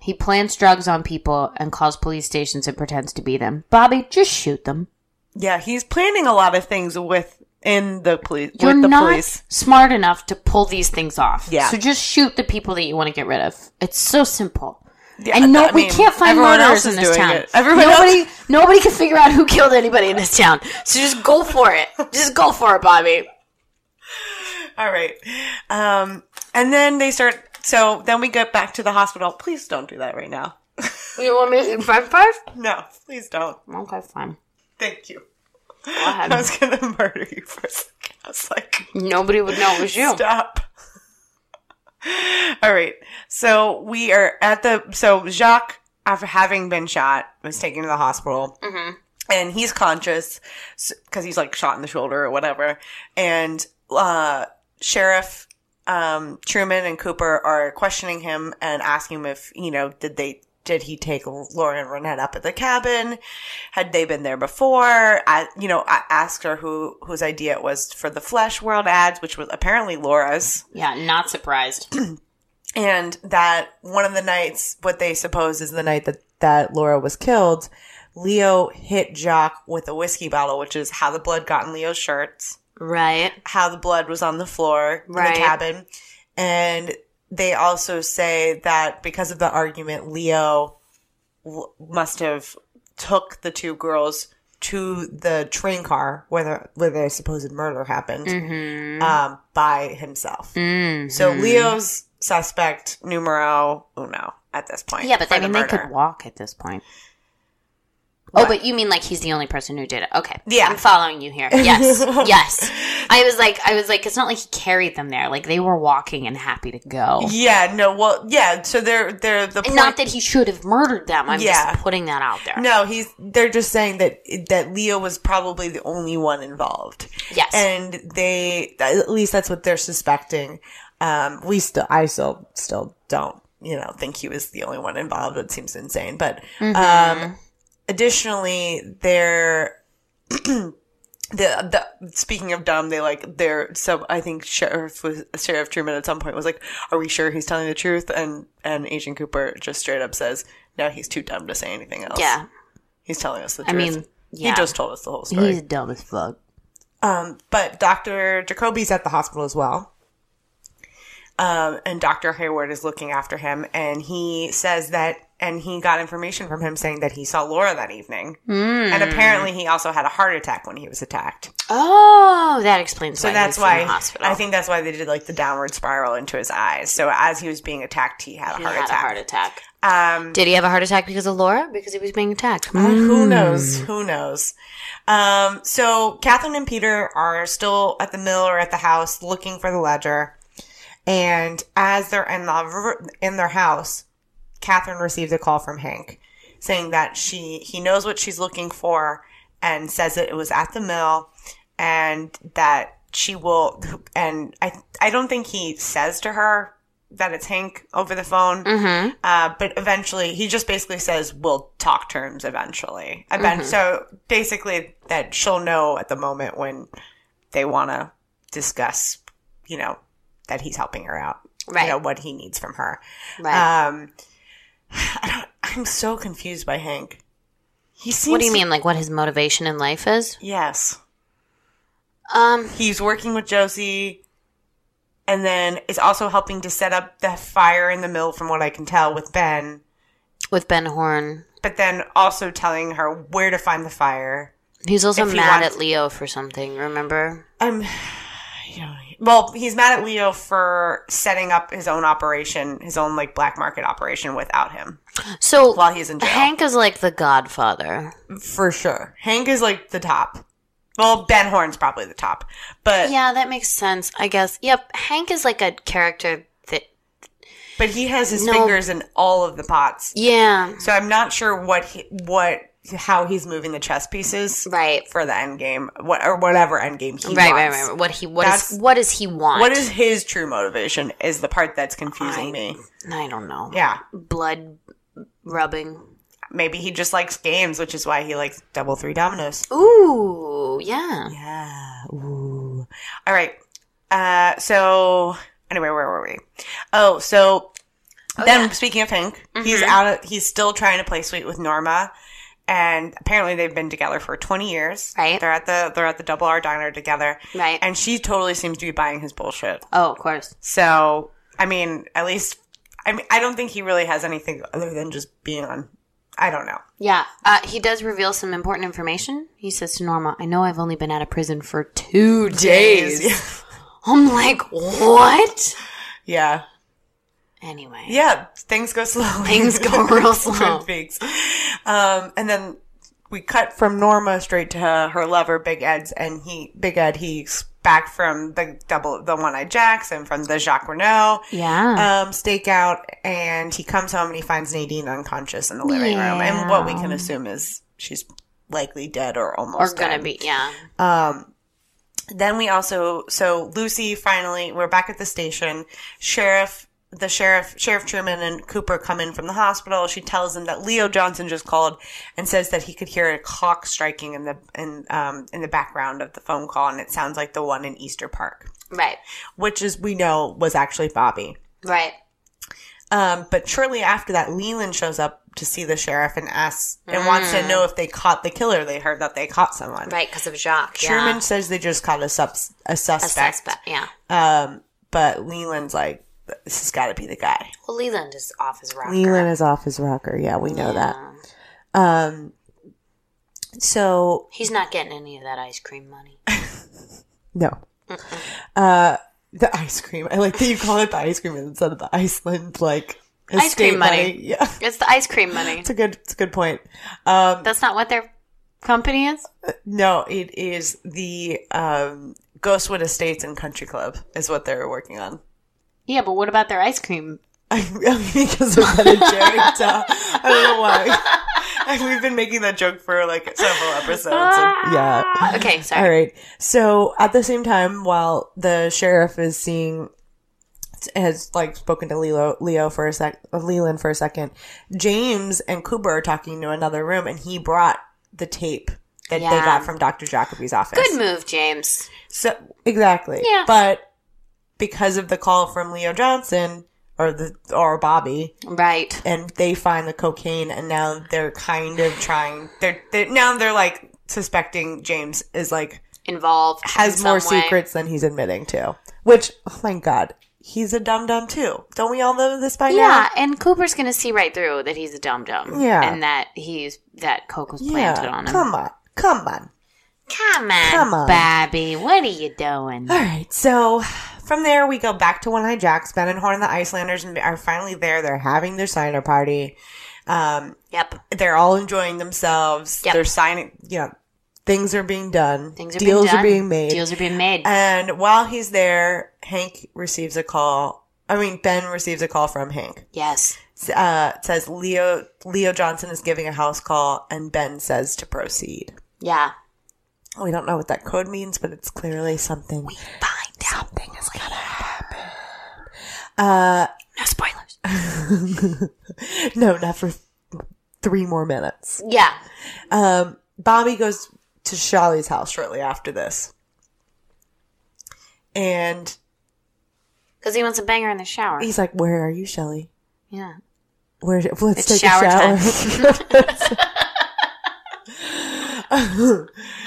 F: he plants drugs on people and calls police stations and pretends to be them. Bobby, just shoot them.
E: Yeah, he's planning a lot of things with in the police
F: You're
E: with the
F: not
E: police.
F: smart enough to pull these things off.
E: Yeah.
F: So just shoot the people that you want to get rid of. It's so simple.
E: Yeah,
F: and no,
E: I
F: we
E: mean,
F: can't find
E: everyone
F: murderers
E: else is
F: in this
E: doing
F: town.
E: it. Everyone
F: nobody,
E: else-
F: nobody can figure out who killed anybody in this town. So just go for it. Just go for it, Bobby.
E: All right. Um, and then they start. So then we get back to the hospital. Please don't do that right now.
F: You want me to five five?
E: No, please don't.
F: Okay, fine.
E: Thank you.
F: Go
E: I
F: ahead.
E: was gonna murder you for a second. I was like,
F: Nobody would know it was you.
E: stop. All right. So we are at the. So Jacques, after having been shot, was taken to the hospital. Mm-hmm. And he's conscious because he's like shot in the shoulder or whatever. And uh, Sheriff um, Truman and Cooper are questioning him and asking him if, you know, did they. Did he take Lauren Renette up at the cabin? Had they been there before? I, you know, I asked her who whose idea it was for the Flesh World ads, which was apparently Laura's
F: Yeah, not surprised.
E: and that one of the nights, what they suppose is the night that that Laura was killed, Leo hit Jock with a whiskey bottle, which is how the blood got in Leo's shirts,
F: Right.
E: how the blood was on the floor in
F: Right.
E: the cabin, and they also say that because of the argument, Leo w- must have took the two girls to the train car where the where their supposed murder happened
F: Mm-hmm.
E: um, by himself. So Leo's suspect numero uno at this point.
F: Yeah, but
E: for
F: I
E: the
F: mean, they
E: murder.
F: could walk at this point. Oh, but you mean like he's the only person who did it? Okay,
E: Yeah.
F: I'm following you here. Yes, yes. I was like, I was like, it's not like he carried them there. Like they were walking and happy to go.
E: Yeah, no, well, yeah. So they're they're the
F: And
E: point-
F: Not that he should have murdered them. I'm
E: Yeah.
F: just putting that out there.
E: No, he's. They're just saying that that Leo was probably the only one involved.
F: Yes.
E: and they at least that's what they're suspecting. Um, we still, I still, still don't, you know, think he was the only one involved. It seems insane, but
F: Mm-hmm.
E: um, additionally, they're. The, the speaking of dumb, they like they're so I think sheriff was sheriff Truman at some point was like, "Are we sure he's telling the truth?" and and Agent Cooper just straight up says, "No, he's too dumb to say anything else."
F: Yeah,
E: He's telling us the
F: I
E: truth.
F: mean, yeah.
E: he just told us the whole story.
F: he's dumb as fuck.
E: Um, but Dr. Jacoby's at the hospital as well. Um, and Dr. Hayward is looking after him. And he says that, and he got information from him saying that he saw Laura that evening.
F: Hmm.
E: And apparently, he also had a heart attack when he was attacked.
F: Oh, that explains.
E: So
F: why
E: that's
F: he was in
E: why
F: the hospital.
E: I think that's why they did like the downward spiral into his eyes. So as he was being attacked, he had a
F: he
E: heart
F: had a
E: attack.
F: heart attack.
E: Um,
F: Did he have a heart attack because of Laura? Because he was being attacked.
E: Uh, Who knows? Who knows? Um, so Catherine and Peter are still at the mill or at the house looking for the ledger, and as they're in the in their house, Catherine receives a call from Hank saying that she he knows what she's looking for and says that it was at the mill and that she will and I I don't think he says to her that it's Hank over the phone.
F: Mm-hmm.
E: Uh, but eventually, he just basically says, "We'll talk terms eventually." And
F: Mm-hmm.
E: then, so basically, that she'll know at the moment when they want to discuss, you know, that he's helping her out,
F: Right.
E: You know what he needs from her.
F: Right.
E: Um, I don't, I'm so confused by Hank. He seems.
F: what do you
E: to-
F: mean? Like what his motivation in life is?
E: yes,
F: Um.
E: he's working with Josie, and then is also helping to set up the fire in the mill, from what I can tell, with Ben.
F: with Ben Horn.
E: but then also telling her where to find the fire.
F: He's also
E: If he
F: mad
E: wants-
F: at Leo for something, remember?
E: Um, you know, well, he's mad at Leo for setting up his own operation, his own like black market operation without him
F: So
E: while he's in jail.
F: Hank is like the godfather.
E: for sure. Hank is like the top. Well, Ben Horn's probably the top, but
F: Yeah, that makes sense, I guess. Yep, Hank is like a character that.
E: but he has his
F: No.
E: fingers in all of the pots.
F: Yeah,
E: So I'm not sure what he, what how he's moving the chess pieces
F: right.
E: for the end game, what or whatever end game he
F: right, right,
E: wants.
F: right, right. What he what is
E: That's-
F: what does he want?
E: What is his true motivation is the part that's confusing
F: I-
E: me.
F: I don't know.
E: Yeah.
F: Blood rubbing.
E: Maybe he just likes games, which is why he likes double three dominoes.
F: Ooh, yeah.
E: Yeah. Ooh. All right. Uh, so anyway, where were we? Oh, so then speaking of Hank, he's out. Of, he's still trying to play sweet with Norma, and apparently they've been together for twenty years.
F: Right.
E: They're at the they're at the Double R Diner together,
F: Right.
E: and she totally seems to be buying his bullshit.
F: oh, of course.
E: So I mean, at least I mean, I don't think he really has anything other than just being on. I don't know.
F: Yeah. Uh, he does reveal some important information. He says to Norma, I know I've only been out of prison for two days. I'm like, what?
E: yeah.
F: Anyway.
E: Yeah, things go slowly.
F: Things go real slow.
E: Twin Peaks. Um, and then we cut from Norma straight to her, her lover, Big Ed's, and he, Big Ed, he's back from the double, the one eyed Jacks and from the Jacques Renault,
F: Yeah.
E: um, stakeout. And he comes home and he finds Nadine unconscious in the living room. And what we can assume is she's likely dead or almost
F: We're gonna
E: dead.
F: be yeah.
E: Um, then we also so Lucy finally we're back at the station. Sheriff the sheriff Sheriff Truman and Cooper come in from the hospital. She tells them that Leo Johnson just called and says that he could hear a clock striking in the in um in the background of the phone call, and it sounds like the one in Easter Park,
F: Right.
E: which is we know was actually Bobby.
F: Right.
E: Um, but shortly after that, Leland shows up to see the sheriff and asks and wants to know if they caught the killer. They heard that they caught someone.
F: Mm. Right, because of Jacques.
E: Truman
F: yeah.
E: says they just caught a, subs- a
F: A
E: suspect.
F: suspect. Yeah.
E: Um, but Leland's like, this has got to be the guy.
F: Well Leland is off his rocker.
E: Leland is off his rocker. Yeah, we know that. Um, so
F: He's not getting any of that ice cream money.
E: no, uh, the ice cream. I like that you call it the ice cream instead of the Iceland like
F: Ice cream
E: estate
F: money.
E: Yeah,
F: It's the ice cream money.
E: it's a good, it's a good point. Um,
F: That's not what their company is?
E: no, it is the um, Ghostwood Estates and Country Club is what they're working on.
F: Yeah, but what about their ice cream?
E: I really because of that joke. Duh. I don't know why. And we've been making that joke for like several episodes.
F: Ah.
E: and- yeah.
F: Okay, sorry.
E: All right. So at the same time, while the sheriff is seeing, has like spoken to Leo, Leo for a sec, Leland for a second, James and Cooper are talking to another room, and he brought the tape that they
F: Yeah.
E: got from Doctor Jacoby's office.
F: Good move, James.
E: So exactly.
F: Yeah.
E: But because of the call from Leo Johnson or the or Bobby,
F: Right.
E: and they find the cocaine, and now they're kind of trying. They're, they're now they're like suspecting James is like
F: Involved.
E: has
F: in
E: more
F: some way.
E: secrets than he's admitting to. Which oh my god, he's a dum dum too. Don't we all know this by
F: Yeah, and Cooper's gonna see right through that he's a dum dum.
E: Yeah.
F: And that he's that coke was
E: now?
F: planted on him.
E: Come on, come on.
F: Come on,
E: Come on.
F: Bobby. What are you doing?
E: All right, so from there we go back to One Eye Jacks. Ben and Horn, and the Icelanders, are finally there. They're having their signer party. Um,
F: Yep.
E: they're all enjoying themselves.
F: Yep.
E: They're signing, you know, things are being done.
F: Things are
E: Deals
F: being done.
E: are being made.
F: Deals are being made.
E: and while he's there, Hank receives a call. I mean, Ben receives a call from Hank.
F: yes.
E: Uh, it says Leo Leo Johnson is giving a house call, and Ben says to proceed.
F: Yeah.
E: We don't know what that code means, but it's clearly something. We find out something is gonna happen. Uh,
F: No spoilers.
E: no, not for three more minutes.
F: Yeah.
E: Um, Bobby goes to Shelly's house shortly after this. And
F: Because he wants a banger in the shower.
E: he's like, Where are you, Shelly?
F: Yeah.
E: Where let's
F: It's
E: take
F: shower
E: a
F: time.
E: shower.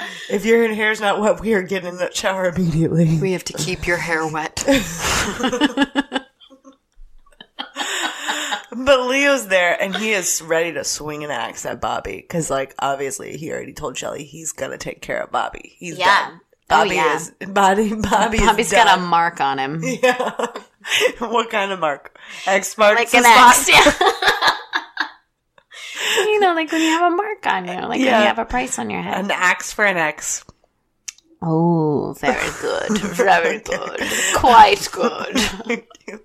E: if your hair's not wet, we are getting in the shower immediately.
H: We have to keep your hair wet.
E: But Leo's there and he is ready to swing an axe at Bobby because, like, obviously he already told Shelly he's gonna take care of Bobby. He's
F: Yeah.
E: done.
F: Oh,
E: Bobby
F: yeah.
E: is Bobby. Bobby
F: Bobby's
E: is
F: got a
E: done.
F: mark on him.
E: Yeah. what kind of mark? X marks
F: like
E: the
F: an
E: spot.
F: X. Yeah. you know, like when you have a mark on you, like when
E: Yeah.
F: you have a price on your head.
E: An axe for an X.
C: Oh, very good. Very good. Quite good.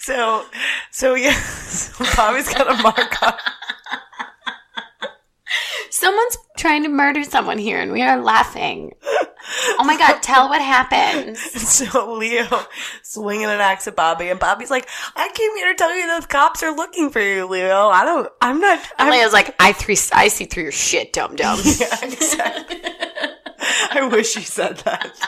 E: So, so yeah, so Bobby's got a mark on.
C: Someone's trying to murder someone here and we are laughing. Oh my god, tell what happens.
E: So Leo swinging an axe at Bobby, and Bobby's like, "I came here to tell you the cops are looking for you, Leo. I don't. I'm not. I'm,
F: Leo's like, I three, I see through your shit, dum dum.
E: Yeah, exactly. I wish you said that.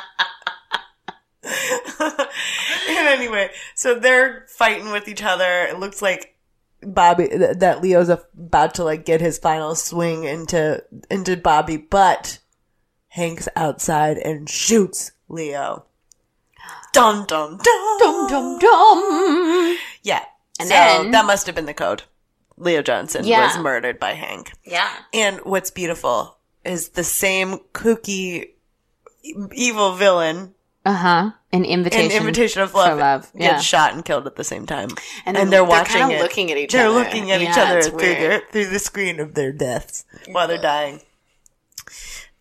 E: and anyway, so they're fighting with each other. It looks like Bobby th- that Leo's a- about to like get his final swing into into Bobby, but Hank's outside and shoots Leo. Dum dum dum dum dum
C: Dum.
E: Yeah, and
C: then-
E: that must have been the code. Leo Johnson
C: Yeah.
E: was murdered by Hank.
C: Yeah.
E: And what's beautiful is the same kooky e- evil villain
C: Uh huh. An
E: in
C: invitation.
E: Invitation of Love,
C: Love,
E: gets
C: yeah.
E: shot and killed at the same time. And,
F: then
E: they're,
F: they're
E: watching
F: kinda
E: it.
F: looking at each
E: they're
F: other.
E: looking at each
F: Yeah,
E: other
F: it's
E: through
F: weird.
E: their, through the screen of their deaths while they're dying.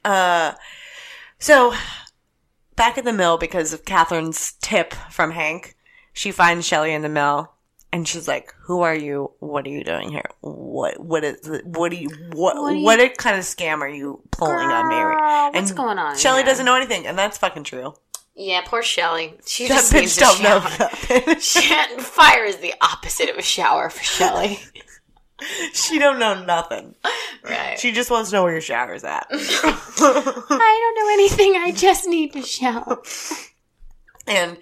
E: Uh, so back at the mill because of Catherine's tip from Hank, she finds Shelley in the mill and she's like, "Who are you? What are you doing here? What what is it- what do you what what, kind of scam are you pulling on me?"
C: Ah,
E: right-
F: what's going on
E: Shelley
F: here?
E: doesn't know anything, and that's fucking true.
F: Yeah, poor Shelly. She
E: That
F: just needs
E: bitch
F: a
E: don't know
F: shower.
E: nothing.
F: Shit, Fire is the opposite of a shower for Shelly.
E: she don't know nothing.
F: right.
E: She just wants to know where your shower's at.
C: I don't know anything. I just need to shout.
E: and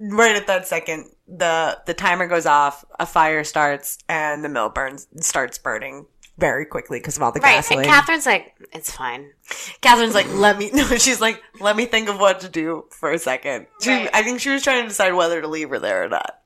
E: right at that second, the the timer goes off, a fire starts, and the mill burns starts burning very quickly because of all the
F: Right.
E: gasoline.
F: And Catherine's like, it's fine.
E: Catherine's like, let me. No, she's like, let me think of what to do for a second. She, I think she was trying to decide whether to leave her there or not.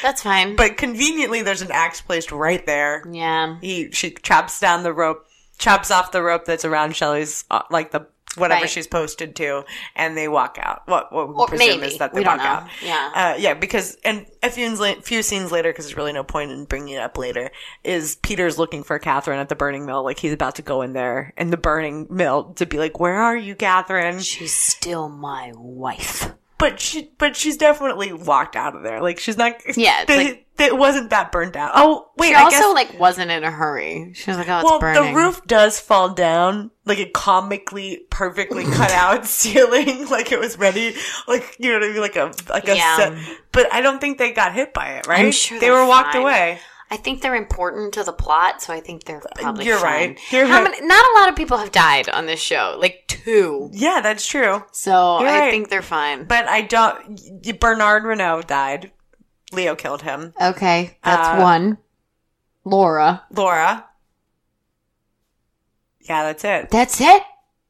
F: That's fine.
E: But conveniently, there's an axe placed right there.
F: yeah.
E: He she chops down the rope, chops off the rope that's around Shelley's, uh, like the whatever
F: Right.
E: she's posted to, and they walk out. What what we
F: Or
E: presume
F: maybe.
E: is that they
F: We don't
E: walk
F: know.
E: out.
F: Yeah.
E: Uh, yeah, because and a few, scenes la- few scenes later, because there's really no point in bringing it up later, is Peter's looking for Catherine at the burning mill, like he's about to go in there in the burning mill to be like, "Where are you, Catherine?"
F: She's still my wife.
E: but she, but she's definitely walked out of there. Like she's not.
F: Yeah, it's
E: they-
F: like-
E: they- it wasn't that burnt down. Oh wait,
F: She
E: I
F: also
E: guess
F: like wasn't in a hurry. She was like, "Oh, it's
E: well,
F: burning."
E: the roof does fall down like a comically perfectly cut out ceiling, like it was ready, like you know what I mean, like a like a.
F: Yeah.
E: Set. But I don't think they got hit by it, right?
F: sure
E: they
F: they're
E: were walked
F: fine.
E: away.
F: I think they're important to the plot, so I think they're probably
E: Uh, You're
F: fine.
E: right. You're
F: How
E: right.
F: many? Not a lot of people have died on this show. Like two.
E: Yeah, that's true.
F: So
E: You're
F: I
E: right.
F: think they're fine.
E: But I don't. y- Bernard Renault died. Leo killed him.
C: Okay, that's
E: Uh,
C: one. Laura.
E: Laura. Yeah, that's it.
C: That's it.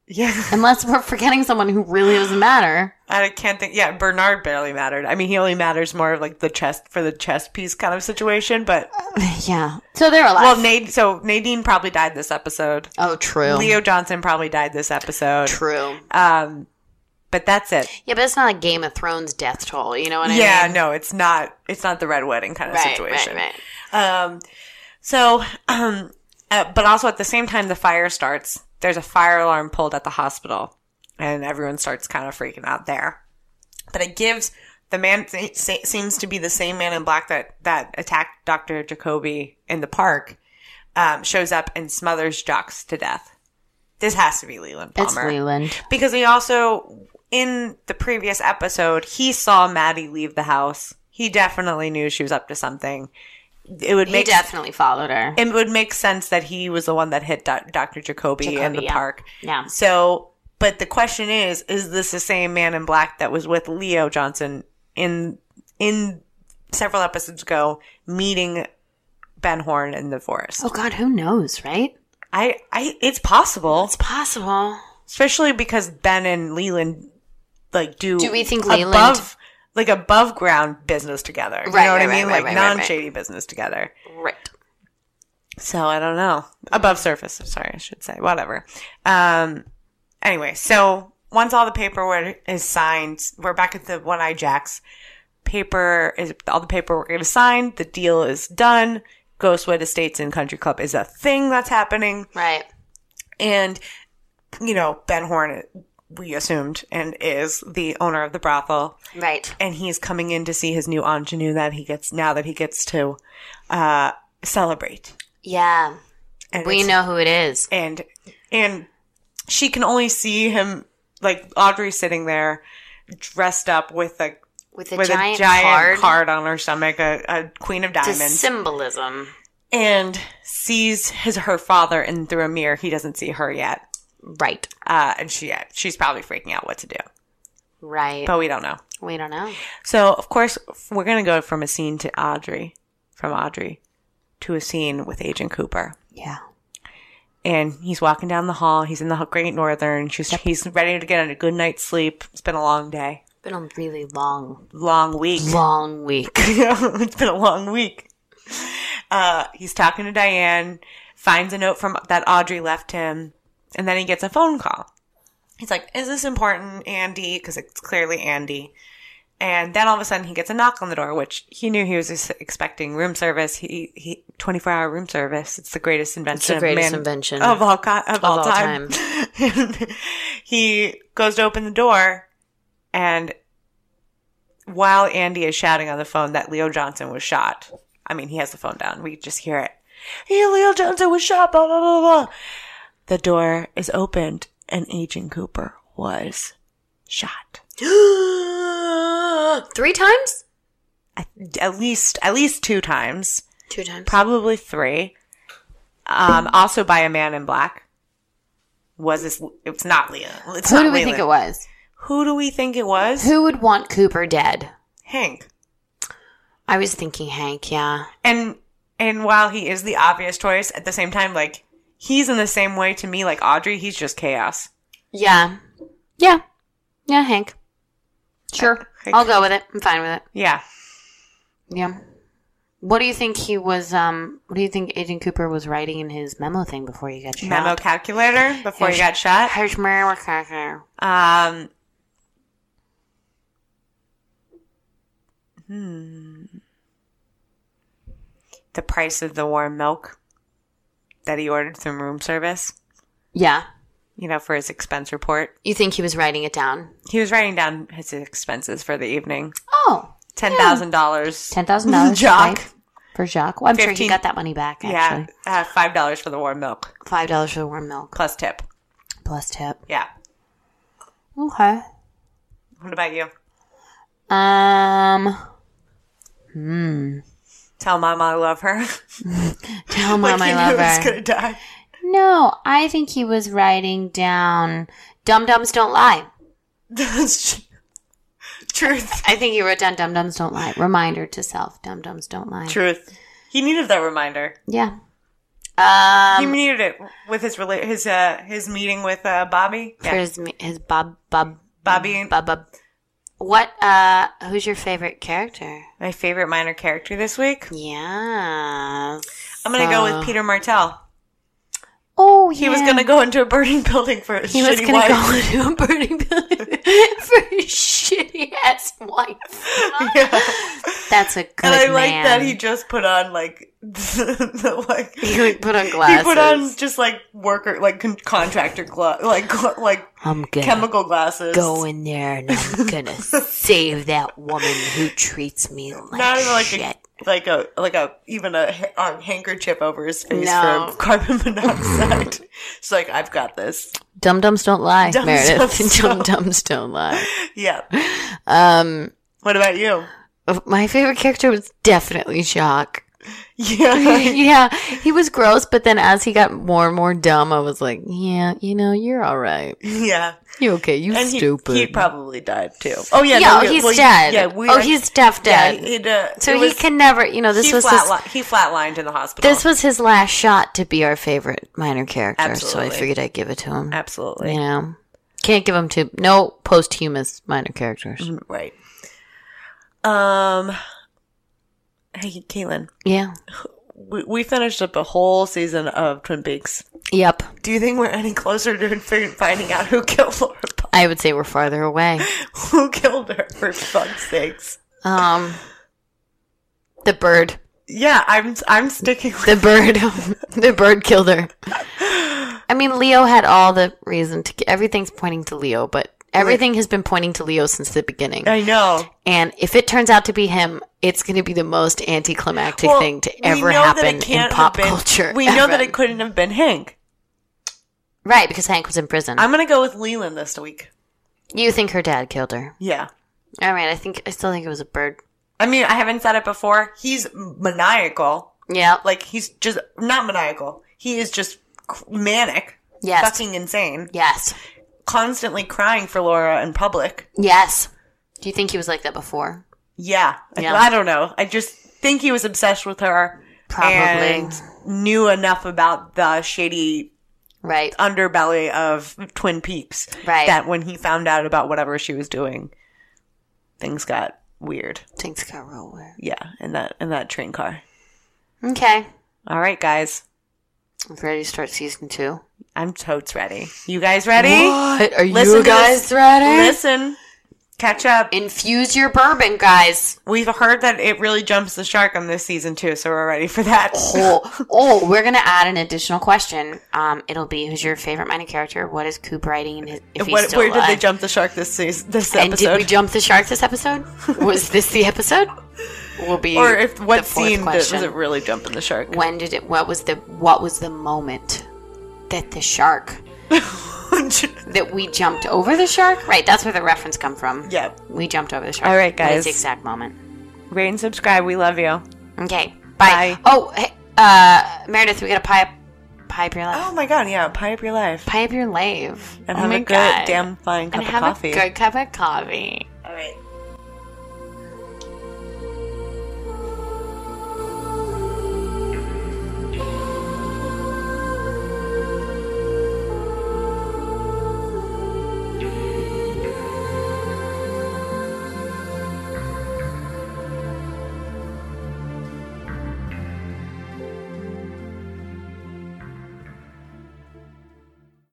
E: Yeah,
C: Unless we're forgetting someone who really doesn't matter.
E: I can't think. Yeah, Bernard barely mattered. I mean, he only matters more of like the chest for the chest piece kind of situation. But
C: Yeah. So they're alive.
E: well, Nad- so Nadine probably died this episode.
C: oh, true.
E: Leo Johnson probably died this episode.
F: True.
E: Um, but that's it.
F: Yeah, but it's not like Game of Thrones death toll. You know what I
E: yeah,
F: mean?
E: no, it's not. It's not the red wedding kind of
F: Right,
E: situation.
F: right, right.
E: Um, so, um, uh, but also at the same time, the fire starts. There's a fire alarm pulled at the hospital, and everyone starts kind of freaking out there. But it gives the man it se- seems to be the same man in black that that attacked Doctor Jacoby in the park. Um, shows up and smothers Jocks to death. This has to be Leland Palmer
C: It's Leland.
E: because he also in the previous episode he saw Maddie leave the house. He definitely knew she was up to something. It would
F: He
E: make
F: definitely followed her.
E: it would make sense that he was the one that hit doc Dr. Jacoby, in
F: Jacoby,
E: the
F: yeah.
E: park.
F: Yeah.
E: So, but the question is, is this the same man in black that was with Leo Johnson in in several episodes ago meeting Ben Horn in the forest?
F: Oh God, who knows, right?
E: I I it's possible.
F: It's possible.
E: especially because Ben and Leland like do
F: Do we think
E: above,
F: Leland-
E: like above ground business together? you
F: Right,
E: know what I
F: right,
E: mean,
F: right,
E: like
F: right, right, right,
E: non shady business together.
F: Right.
E: So I don't know above surface. I'm sorry, I should say whatever. Um, anyway, so once all the paperwork is signed, we're back at the One Eye Jacks. Paper is all the paperwork is signed. The deal is done. Ghostwood Estates and Country Club is a thing that's happening
F: Right.
E: and you know ben horn we assumed and is the owner of the brothel
C: Right.
E: and he's coming in to see his new ingenue that he gets now that he gets to uh celebrate
C: Yeah.
E: and
F: We
E: it's-
F: know who it is.
E: and and she can only see him like Audrey sitting there dressed up with a
F: With a
E: with
F: giant,
E: a giant
F: card.
E: card. on her stomach, a, a queen of
F: to
E: diamonds,
F: symbolism.
E: and sees his her father and through a mirror he doesn't see her yet,
F: Right.
E: uh, and she she's probably freaking out what to do,
F: Right.
E: but we don't know.
F: we don't know.
E: So of course we're gonna go from a scene to Audrey, from Audrey to a scene with Agent Cooper.
F: Yeah.
E: and he's walking down the hall. He's in the Great Northern. She's, He's ready to get a good night's sleep. It's been a long day,
F: Been a really long,
E: long week.
F: long week.
E: it's been a long week. Uh, he's talking to Diane, finds a note from that Audrey left him, and then he gets a phone call. He's like, "Is this important, Andy?" Because it's clearly Andy. And then all of a sudden, he gets a knock on the door, which he knew he was ex- expecting room service. He he twenty four hour room service. It's the greatest invention.
F: It's the
E: of
F: greatest
E: man-
F: invention
E: of all co- of, all,
F: all
E: time. he goes to open the door, and while Andy is shouting on the phone that Leo Johnson was shot, I mean he has the phone down. We could just hear it. Hey, Leo Johnson was shot. Blah blah blah blah. The door is opened, and Agent Cooper was shot.
F: Three times?
E: At, at least at least two times,
F: Two times.
E: probably three. Um, also by a man in black. Was this? It's not Leo. It's
F: Who
E: not
F: do we
E: Leland.
F: think it was?
E: Who do we think it was?
F: Who would want Cooper dead?
E: Hank.
F: I was thinking Hank, yeah.
E: And and while he is the obvious choice, at the same time, like he's in the same way to me, like Audrey, he's just chaos.
F: Yeah. Yeah. Yeah, Hank. Sure.
E: Hank.
F: I'll go with it. I'm fine with it.
E: Yeah.
F: Yeah. What do you think he was um what do you think Agent Cooper was writing in his memo thing before you got shot?
E: Memo calculator before he got shot.
F: Here's my cracker.
E: Um. Hmm. The price of the warm milk that he ordered through room service,
F: Yeah.
E: you know, for his expense report.
F: You think he was writing it down?
E: He was writing down his expenses for the evening.
F: Oh.
E: Ten thousand dollars.
F: Ten thousand dollars
E: Jacques.
F: for Jacques. Well, I'm sure he
E: Fifteen-
F: got that money back.
E: Yeah,
F: Actually,
E: uh, five dollars for the warm milk
F: five dollars for the warm milk
E: plus tip.
F: plus tip.
E: Yeah.
F: Okay.
E: What about you?
F: Um,
E: Tell mom I love her.
F: tell mom I
E: I
F: love
E: was
F: her.
E: gonna die.
F: No, I think he was writing down "Dum Dums Don't Lie."
E: That's truth.
F: I think he wrote down "Dum Dums Don't Lie." Reminder to self: "Dum Dums Don't Lie."
E: Truth. He needed that reminder.
F: Yeah. Um,
E: he needed it with his rela- his uh his meeting with uh Bobby.
F: for
E: Yeah.
F: his his Bob Bob
E: Bobby.
F: Bob Bob. What? Uh, who's your favorite character?
E: My favorite minor character this week.
F: Yeah.
E: I'm gonna go with Peter Martell.
F: Oh,
E: He was gonna go into a burning building for his
F: He was
E: shitty
F: gonna
E: wife.
F: go into a burning building for his shitty ass wife. That's a good
E: And I
F: man.
E: like that he just put on like the, like
F: He, like, put on
E: He
F: glasses.
E: put on just like worker, like con- contractor gla- like gla- like
F: I'm gonna
E: chemical glasses.
F: go in there and I'm gonna save that woman who treats me like
E: Not even like
F: shit.
E: a like a like a even a, ha- a handkerchief over his face
F: No.
E: from carbon monoxide. It's like I've got this.
H: Dum dums don't lie,
E: Dum dums
H: Meredith.
E: don't-
H: Dum dums don't lie.
E: Yeah.
H: Um,
E: What about you?
H: Uh, my favorite character was definitely Shock.
E: Yeah.
H: yeah, he was gross, but then as he got more and more dumb, I was like, yeah, you know, you're all right.
E: yeah.
H: You okay? You
E: And he,
H: stupid.
E: he probably died too. Oh yeah.
F: Yeah,
E: no,
F: oh,
E: yeah,
F: he's
E: well, he-
F: dead.
E: Yeah. We
F: oh,
E: are-
F: he's deaf
E: yeah,
F: dead.
E: it, uh,
F: so
E: it
F: he
E: was-
F: can never, you know, this
E: he oh.
F: was his,
E: flatli- he flatlined in the hospital.
H: this was his last shot to be our favorite minor character, so
E: Absolutely.
H: I figured I'd give it to him.
E: absolutely
H: You know, can't give him to no posthumous minor characters.
E: right. Um. Hey, Caitlin.
H: Yeah.
E: we, we finished up a whole season of Twin Peaks.
H: Yep.
E: Do you think we're any closer to fi- finding out who killed Laura? Palmer?
H: I would say we're farther away.
E: Who killed her? For fuck's sakes!
H: Um, the bird.
E: Yeah, I'm I'm sticking with
H: The bird. the bird killed her.
F: I mean, Leo had all the reason to. Get, everything's pointing to Leo, but everything has been pointing to Leo since the beginning.
E: I know.
F: And if it turns out to be him, it's going to be the most anticlimactic
E: Well,
F: thing to
E: we
F: ever
E: know that it
F: happen in
E: can't have
F: pop
E: been-
F: culture.
E: We know that
F: ever.
E: it couldn't have been Hank.
F: right because Hank was in prison.
E: I'm gonna go with Leland this week.
F: you think her dad killed her?
E: Yeah.
F: All right, I think I still think it was a bird.
E: I mean, I haven't said it before. He's maniacal.
F: Yeah,
E: Like he's just not maniacal. He is just c- manic.
F: Yes.
E: Fucking insane.
F: yes,
E: Constantly crying for Laura in public.
F: yes. Do you think he was like that before?
E: Yeah. I-
F: Yeah.
E: I, don't know. I just think he was obsessed with her.
F: Probably.
E: And knew enough about the shady
F: Right.
E: Uh, underbelly of Twin Peaks.
F: Right.
E: That when he found out about whatever she was doing, things got weird.
F: Things got real weird.
E: Yeah. In that in that train car.
F: Okay,
E: All right, guys.
F: I'm ready to start season two.
E: I'm totes ready. You guys ready?
H: What? Are
E: Listen
H: you
E: to
H: guys
E: this.
H: ready?
E: Listen. Catch up.
F: Infuse your bourbon, guys.
E: We've heard that it really jumps the shark on this season too, so we're ready for that.
F: Oh, oh, we're gonna add an additional question. Um, it'll be who's your favorite minor character? What is Coop writing? And his, if he's
E: What-
F: still
E: where did they
F: alive?
E: jump the shark this season, this
F: And
E: episode?
F: did we jump the shark this episode? Was this the episode? Will be
E: or if
F: the
E: what
F: fourth
E: scene that was
F: question.
E: it really jumping the shark?
F: when did it? What was the what was the moment that the shark that we jumped over the shark? Right, that's where the reference come from.
E: yeah.
F: we jumped over the shark.
E: All right,
F: That is the
E: guys.
F: exact moment.
E: Rate and subscribe. We love you.
F: Okay,
E: Bye.
F: bye. Oh, hey, uh, Meredith, we got to pie up, pie up your life.
E: Oh my god, yeah. Pie up your life.
F: Pie up your lave.
E: And
F: oh
E: have
F: my
E: a good
F: God.
E: damn fine cup
F: and
E: of
F: have
E: coffee.
F: a good cup of coffee.